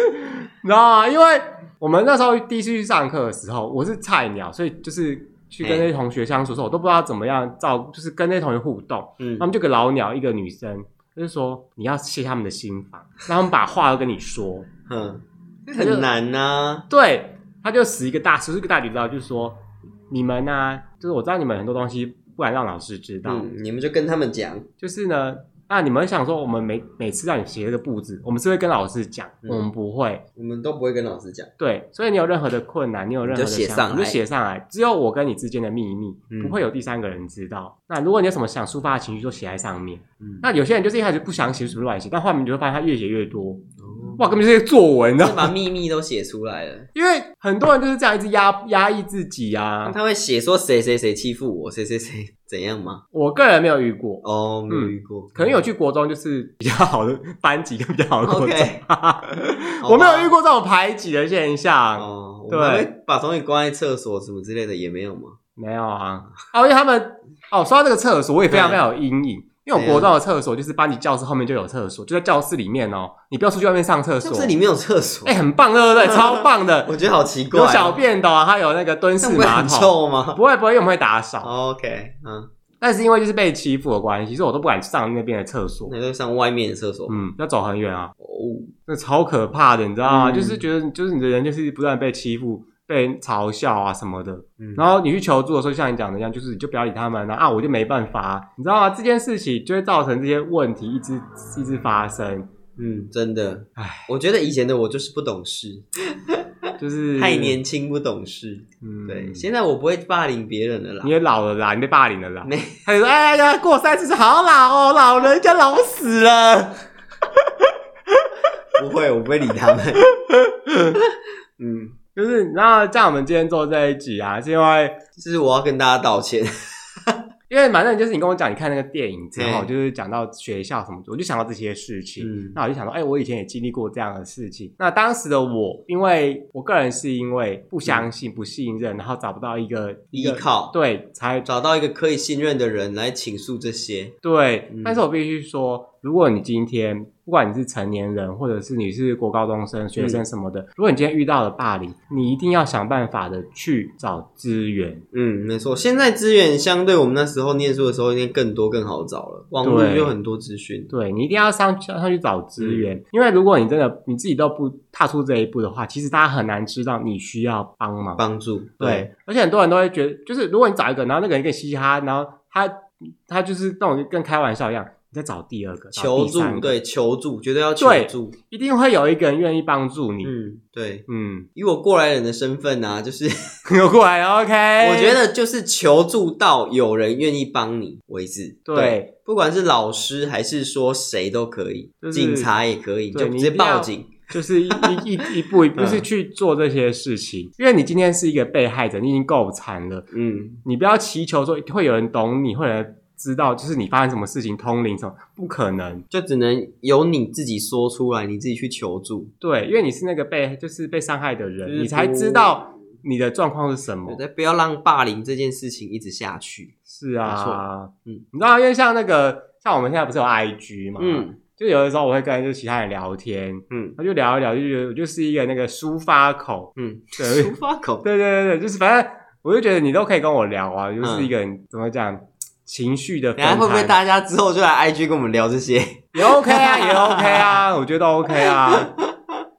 Speaker 2: <laughs> 你知道吗？因为我们那时候第一次去上课的时候，我是菜鸟，所以就是去
Speaker 1: 哎
Speaker 2: 跟那些同学相处的时候，我都不知道怎么样照，就是跟那些同学互动。
Speaker 1: 嗯
Speaker 2: 他们就有个老鸟，一个女生，就是说你要卸他们的心防，让他们把话都跟你说。
Speaker 1: 嗯，那很难呐。
Speaker 2: 对，他就使一个大，使出一个大绝招，就是说你们呢、啊就是我知道你们很多东西不敢让老师知道，
Speaker 1: 嗯，你们就跟他们讲，
Speaker 2: 就是呢，那你们想说，我们每每次让你写这个布置，我们是会跟老师讲，
Speaker 1: 嗯
Speaker 2: 我们不会。
Speaker 1: 我们都不会跟老师讲。
Speaker 2: 对，所以你有任何的困难，你有任何的
Speaker 1: 你就写
Speaker 2: 想
Speaker 1: 上
Speaker 2: 法
Speaker 1: 来
Speaker 2: 你就写上来，只有我跟你之间的秘密，
Speaker 1: 嗯
Speaker 2: 不会有第三个人知道。那如果你有什么想抒发的情绪，就写在上面。
Speaker 1: 嗯，
Speaker 2: 那有些人就是一开始不想写，就随便乱写，但后面你就会发现他越写越多，
Speaker 1: 哦
Speaker 2: 哇，根本就是一个作文，你知道
Speaker 1: 就
Speaker 2: 吗？
Speaker 1: 把秘密都写出来了。
Speaker 2: <laughs> 因为很多人就是这样一直压压抑自己 <laughs> 啊。
Speaker 1: 他会写说谁谁谁欺负我，谁谁谁怎样吗？
Speaker 2: 我个人没有遇过，
Speaker 1: 哦，没有遇过，
Speaker 2: 嗯可能有去国中就是比较好的班级跟比较好的国中
Speaker 1: OK
Speaker 2: <laughs> 我没有遇过这种排挤的现象，
Speaker 1: 哦，我
Speaker 2: 对
Speaker 1: 们还会把同学关在厕所什么之类的也没有吗？
Speaker 2: 没有啊。哦，因为他们哦，说到这个厕所，我也非常非
Speaker 1: 对
Speaker 2: 常有阴影，因为我国中的厕所就是班级教室后面就有厕所，就在教室里面哦，你不要出去外面上厕所
Speaker 1: 教。室里面有厕所，
Speaker 2: 哎、很棒，对不对？超棒的，
Speaker 1: <laughs> 我觉得好奇怪哦，
Speaker 2: 有小便的、哦，它有那个蹲式
Speaker 1: 那不会
Speaker 2: 马
Speaker 1: 很
Speaker 2: 桶。
Speaker 1: 臭吗
Speaker 2: 不会不会，因为我们会打扫，
Speaker 1: ？OK，嗯，
Speaker 2: 但是因为就是被欺负的关系，所以我都不敢上那边的厕所
Speaker 1: 那。就上外面的厕所。
Speaker 2: 嗯，要走很远啊。
Speaker 1: 哦，
Speaker 2: 那超可怕的，你知道吗？
Speaker 1: 嗯
Speaker 2: 就是觉得，就是你的人就是不断被欺负、被嘲笑啊什么的。
Speaker 1: 嗯
Speaker 2: 然后你去求助的时候，就像你讲的一样，就是你就不要理他们啊，啊我就没办法啊、你知道吗？这件事情就会造成这些问题一直一直发生，
Speaker 1: 嗯，真的，
Speaker 2: 唉，
Speaker 1: 我觉得以前的我就是不懂事，
Speaker 2: 就是
Speaker 1: <laughs> 太年轻不懂事。
Speaker 2: 嗯
Speaker 1: 对，现在我不会霸凌别人了啦
Speaker 2: 你。也老了啦，你被霸凌了啦。 <laughs>
Speaker 1: 没，
Speaker 2: 他就说：“哎呀，过三十岁好老哦，老人家老死了。
Speaker 1: 不会，我不会理他
Speaker 2: <laughs>
Speaker 1: 们。嗯，”
Speaker 2: 就是你知道，像我们今天做这一集啊，是因为
Speaker 1: 就是我要跟大家道歉。
Speaker 2: 因为反正就是你跟我讲，你看那个电影之后，
Speaker 1: 嗯
Speaker 2: 就是讲到学校什么，我就想到这些事情。
Speaker 1: 嗯
Speaker 2: 那我就想说，哎、我以前也经历过这样的事情。那当时的我，因为我个人是因为不相信、不信任，然后找不到一个
Speaker 1: <laughs> 依，靠，
Speaker 2: 对，才
Speaker 1: 找到一个可以信任的人来倾诉这些。
Speaker 2: 对。
Speaker 1: 嗯
Speaker 2: 但是我必须说，如果你今天不管你是成年人，或者是你是国高中生、学
Speaker 1: 嗯
Speaker 2: 生什么的，如果你今天遇到了霸凌，你一定要想办法的去找资源。
Speaker 1: 嗯，没错。现在资源相对我们那时候念书的时候，应该更多更好找了，网络
Speaker 2: 对
Speaker 1: 就很多资讯。
Speaker 2: 对你一定要上上去找
Speaker 1: 嗯
Speaker 2: 资源，因为如果你真的你自己都不踏出这一步的话，其实大家很难知道你需要帮忙。
Speaker 1: 帮助，
Speaker 2: 对，而且很多人都会觉得，就是如果你找一个，然后那个人更嘻嘻哈，哈，然后他他就是那种跟开玩笑一样，你再找第二个，找
Speaker 1: 求
Speaker 2: 第三
Speaker 1: 助，
Speaker 2: 个，
Speaker 1: 对，求助，绝对要求
Speaker 2: 对
Speaker 1: 助。
Speaker 2: 一定会有一个人愿意帮助你。
Speaker 1: 嗯，对，
Speaker 2: 嗯，
Speaker 1: 以我过来人的身份啊，就是
Speaker 2: 有过来，OK。
Speaker 1: 我觉得就是求助到有人愿意帮你为止。
Speaker 2: 对
Speaker 1: 不管是老师还是说谁都可以
Speaker 2: 就，是
Speaker 1: 警察也可以，你
Speaker 2: 对
Speaker 1: 就
Speaker 2: 你
Speaker 1: 直
Speaker 2: 一
Speaker 1: 接
Speaker 2: 定要
Speaker 1: 报警。
Speaker 2: 就是一一一一步
Speaker 1: <laughs>
Speaker 2: 一
Speaker 1: 嗯
Speaker 2: 步就是去做这些事情，因为你今天是一个被害者，你已经够惨了，
Speaker 1: 嗯，
Speaker 2: 你不要祈求说会有人懂你，会有人知道，就是你发生什么事情通灵什么，不可能。
Speaker 1: 就只能由你自己说出来，你自己去求助。
Speaker 2: 对，因为你是那个被就是被伤害的人，
Speaker 1: 就是
Speaker 2: 你才
Speaker 1: 不
Speaker 2: 知道你的状况是什么
Speaker 1: 对，。但不要让霸凌这件事情一直下去。
Speaker 2: 是
Speaker 1: 没
Speaker 2: 啊，
Speaker 1: 嗯，
Speaker 2: 你知道，因为像那个像我们现在不是有 IG 嘛，
Speaker 1: 嗯
Speaker 2: 就有的时候我会跟就其他人聊天，
Speaker 1: 嗯
Speaker 2: 他就聊一聊，就觉得我就是一个那个抒发口，
Speaker 1: 嗯， <laughs>
Speaker 2: 对
Speaker 1: 出发口。
Speaker 2: 对对对对，就是反正我就觉得你都可以跟我聊啊，就是一个人、怎么讲情绪的分
Speaker 1: 然
Speaker 2: 摊，
Speaker 1: 后嗯会不会大家之后就来 IG 跟我们聊这
Speaker 2: <laughs>
Speaker 1: 些？
Speaker 2: 也 OK 啊，也 OK 啊，我觉得
Speaker 1: <laughs>
Speaker 2: OK 啊，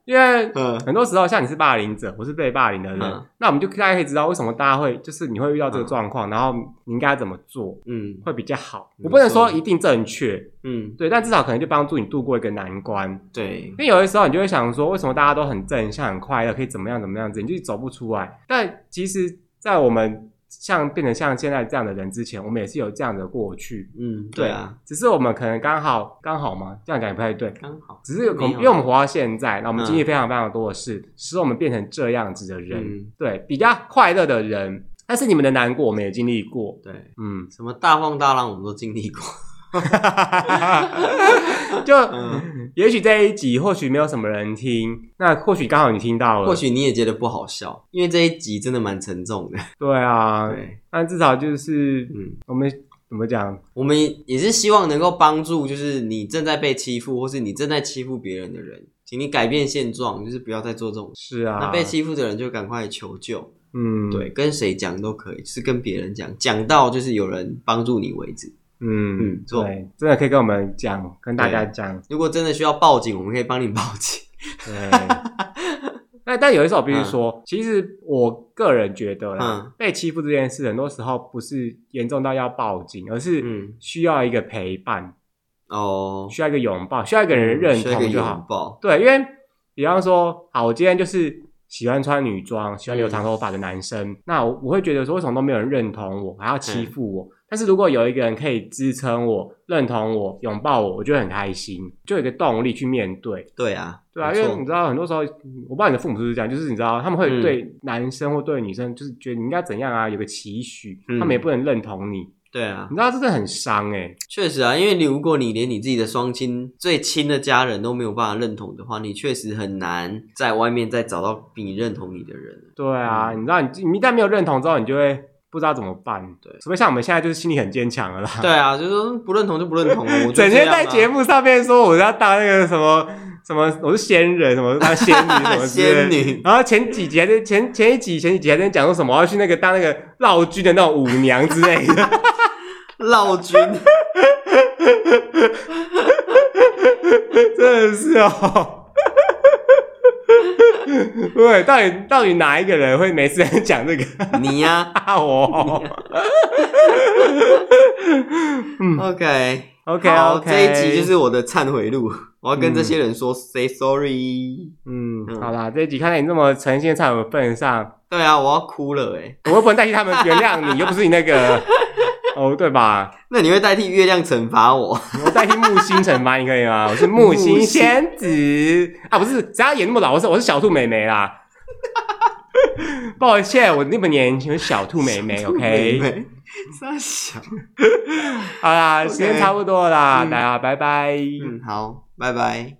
Speaker 2: 因为。
Speaker 1: 嗯
Speaker 2: 很多时候，像你是霸凌者，我是被霸凌的人，
Speaker 1: 嗯
Speaker 2: 那我们就大家可以知道为什么大家会，就是你会遇到这个状况，然后你应该怎么做
Speaker 1: 嗯
Speaker 2: 会比较好。
Speaker 1: 没错
Speaker 2: 我不能说一定正确，
Speaker 1: 嗯，
Speaker 2: 对，但至少可能就帮助你度过一个难关。
Speaker 1: 对
Speaker 2: 因，为有的时候你就会想说，为什么大家都很正向、很快乐，可以怎么样怎么样子，你就走不出来。但其实，在我们像变成像现在这样的人之前，我们也是有这样的过去。
Speaker 1: 嗯对啊，，
Speaker 2: 只是我们可能刚好刚好嘛，这样讲也不太对。
Speaker 1: 刚好
Speaker 2: 只是有
Speaker 1: 没有
Speaker 2: 因为我们活到现在，那我们经历非常非常多的事，使我们变成这样子的人。
Speaker 1: 嗯
Speaker 2: 对，比较快乐的人，但是你们的难过我们也经历过。
Speaker 1: 对，，
Speaker 2: 嗯
Speaker 1: 什么大风大浪我们都经历过。
Speaker 2: <laughs> 就、
Speaker 1: 嗯
Speaker 2: 也许这一集或许没有什么人听，那或许刚好你听到了，
Speaker 1: 或许你也觉得不好笑，因为这一集真的蛮沉重的。
Speaker 2: <laughs> 对啊，
Speaker 1: 对，
Speaker 2: 但至少就是
Speaker 1: 嗯，
Speaker 2: 我们怎么讲，
Speaker 1: 我们也是希望能够帮助，就是你正在被欺负，或是你正在欺负别人的人，请你改变现状，就是不要再做这种事。
Speaker 2: 是啊，
Speaker 1: 那被欺负的人就赶快求救，
Speaker 2: 嗯，
Speaker 1: 对，，跟谁讲都可以，就是跟别人讲，讲到就是有人帮助你为止。
Speaker 2: 嗯
Speaker 1: 嗯错
Speaker 2: 对，真的可以跟我们讲，跟大家讲，
Speaker 1: 如果真的需要报警，我们可以帮你报警。
Speaker 2: 对。
Speaker 1: <laughs>
Speaker 2: 那但有的时候，必须说，其实我个人觉得啦，
Speaker 1: 嗯
Speaker 2: 被欺负这件事，很多时候不是严重到要报警，而是
Speaker 1: 嗯，
Speaker 2: 需要一个陪伴，
Speaker 1: 哦，
Speaker 2: 需要一个拥抱，需要一个人认
Speaker 1: 嗯需要一
Speaker 2: 同
Speaker 1: 个
Speaker 2: 就好
Speaker 1: 拥。抱。
Speaker 2: 对，因为比方说，好，我今天就是喜欢穿女装、喜欢留
Speaker 1: 嗯
Speaker 2: 长头发的男生，那我我会觉得说，为什么都没有人认同我，还要
Speaker 1: 嗯
Speaker 2: 欺负我？但是如果有一个人可以支撑我、认同我、拥抱我，我就会很开心，就有一个动力去面对。
Speaker 1: 对啊，
Speaker 2: 对啊，
Speaker 1: 没
Speaker 2: 因为
Speaker 1: 错嗯
Speaker 2: 你知道很多时候，嗯我不知道你的父母是不是这样，就是你知道他们会对男生或对女生，就是觉得你应该怎样啊，有个期许，
Speaker 1: 嗯
Speaker 2: 他们也不能认同你，
Speaker 1: 对啊
Speaker 2: 你，知道这真的很伤哎、
Speaker 1: 确实啊，因为你如果你连你自己的双亲最亲的家人都没有办法认同的话，你确实很难在外面再找到比你认同你的人。
Speaker 2: <laughs> 对啊，
Speaker 1: 嗯
Speaker 2: 你知道你你一旦没有认同之后，你就会不知道怎么办。
Speaker 1: 对
Speaker 2: 除非像我们现在就是心里很坚强了啦。
Speaker 1: 对啊，就是说不认同就不认同了，我就
Speaker 2: <laughs>
Speaker 1: 这
Speaker 2: 整天
Speaker 1: 样啊
Speaker 2: 在节目上面说我要当那个什么什么，我是仙人，什么当
Speaker 1: <laughs>
Speaker 2: 仙女什么之类的
Speaker 1: 仙女
Speaker 2: 然后前几集还在前前一集前几集还在讲说什么我要去那个当那个绕军的那种舞娘之
Speaker 1: <laughs>
Speaker 2: 类的，
Speaker 1: 绕军，
Speaker 2: 真的是哦。 <laughs> 对，到底到底哪一个人会没事在讲这个？ <laughs>
Speaker 1: 你呀、 <laughs>
Speaker 2: 我
Speaker 1: o k
Speaker 2: OK
Speaker 1: 好
Speaker 2: OK，
Speaker 1: 这一集就是我的忏悔录，我要跟这些人说 say sorry。
Speaker 2: 嗯，
Speaker 1: 嗯
Speaker 2: 好啦，这一集看在你这么诚心的忏悔份上，
Speaker 1: 对啊，我要哭了哎，
Speaker 2: 我又不能代替他们原谅你，又不是你那个，哦，对吧？
Speaker 1: 那你会代替月亮惩罚我？
Speaker 2: 我代替木星惩罚你可以吗？啊我是木星仙子啊，不是，只要演那么老，我是我是小兔妹妹啦。 <laughs> 抱歉，我那么年轻，我是小兔妹妹
Speaker 1: <laughs> 妹
Speaker 2: ，OK。
Speaker 1: 妹三小，
Speaker 2: 好啦，时间
Speaker 1: OK
Speaker 2: 差不多啦，
Speaker 1: 嗯
Speaker 2: 大家拜拜。
Speaker 1: 嗯，好，拜拜。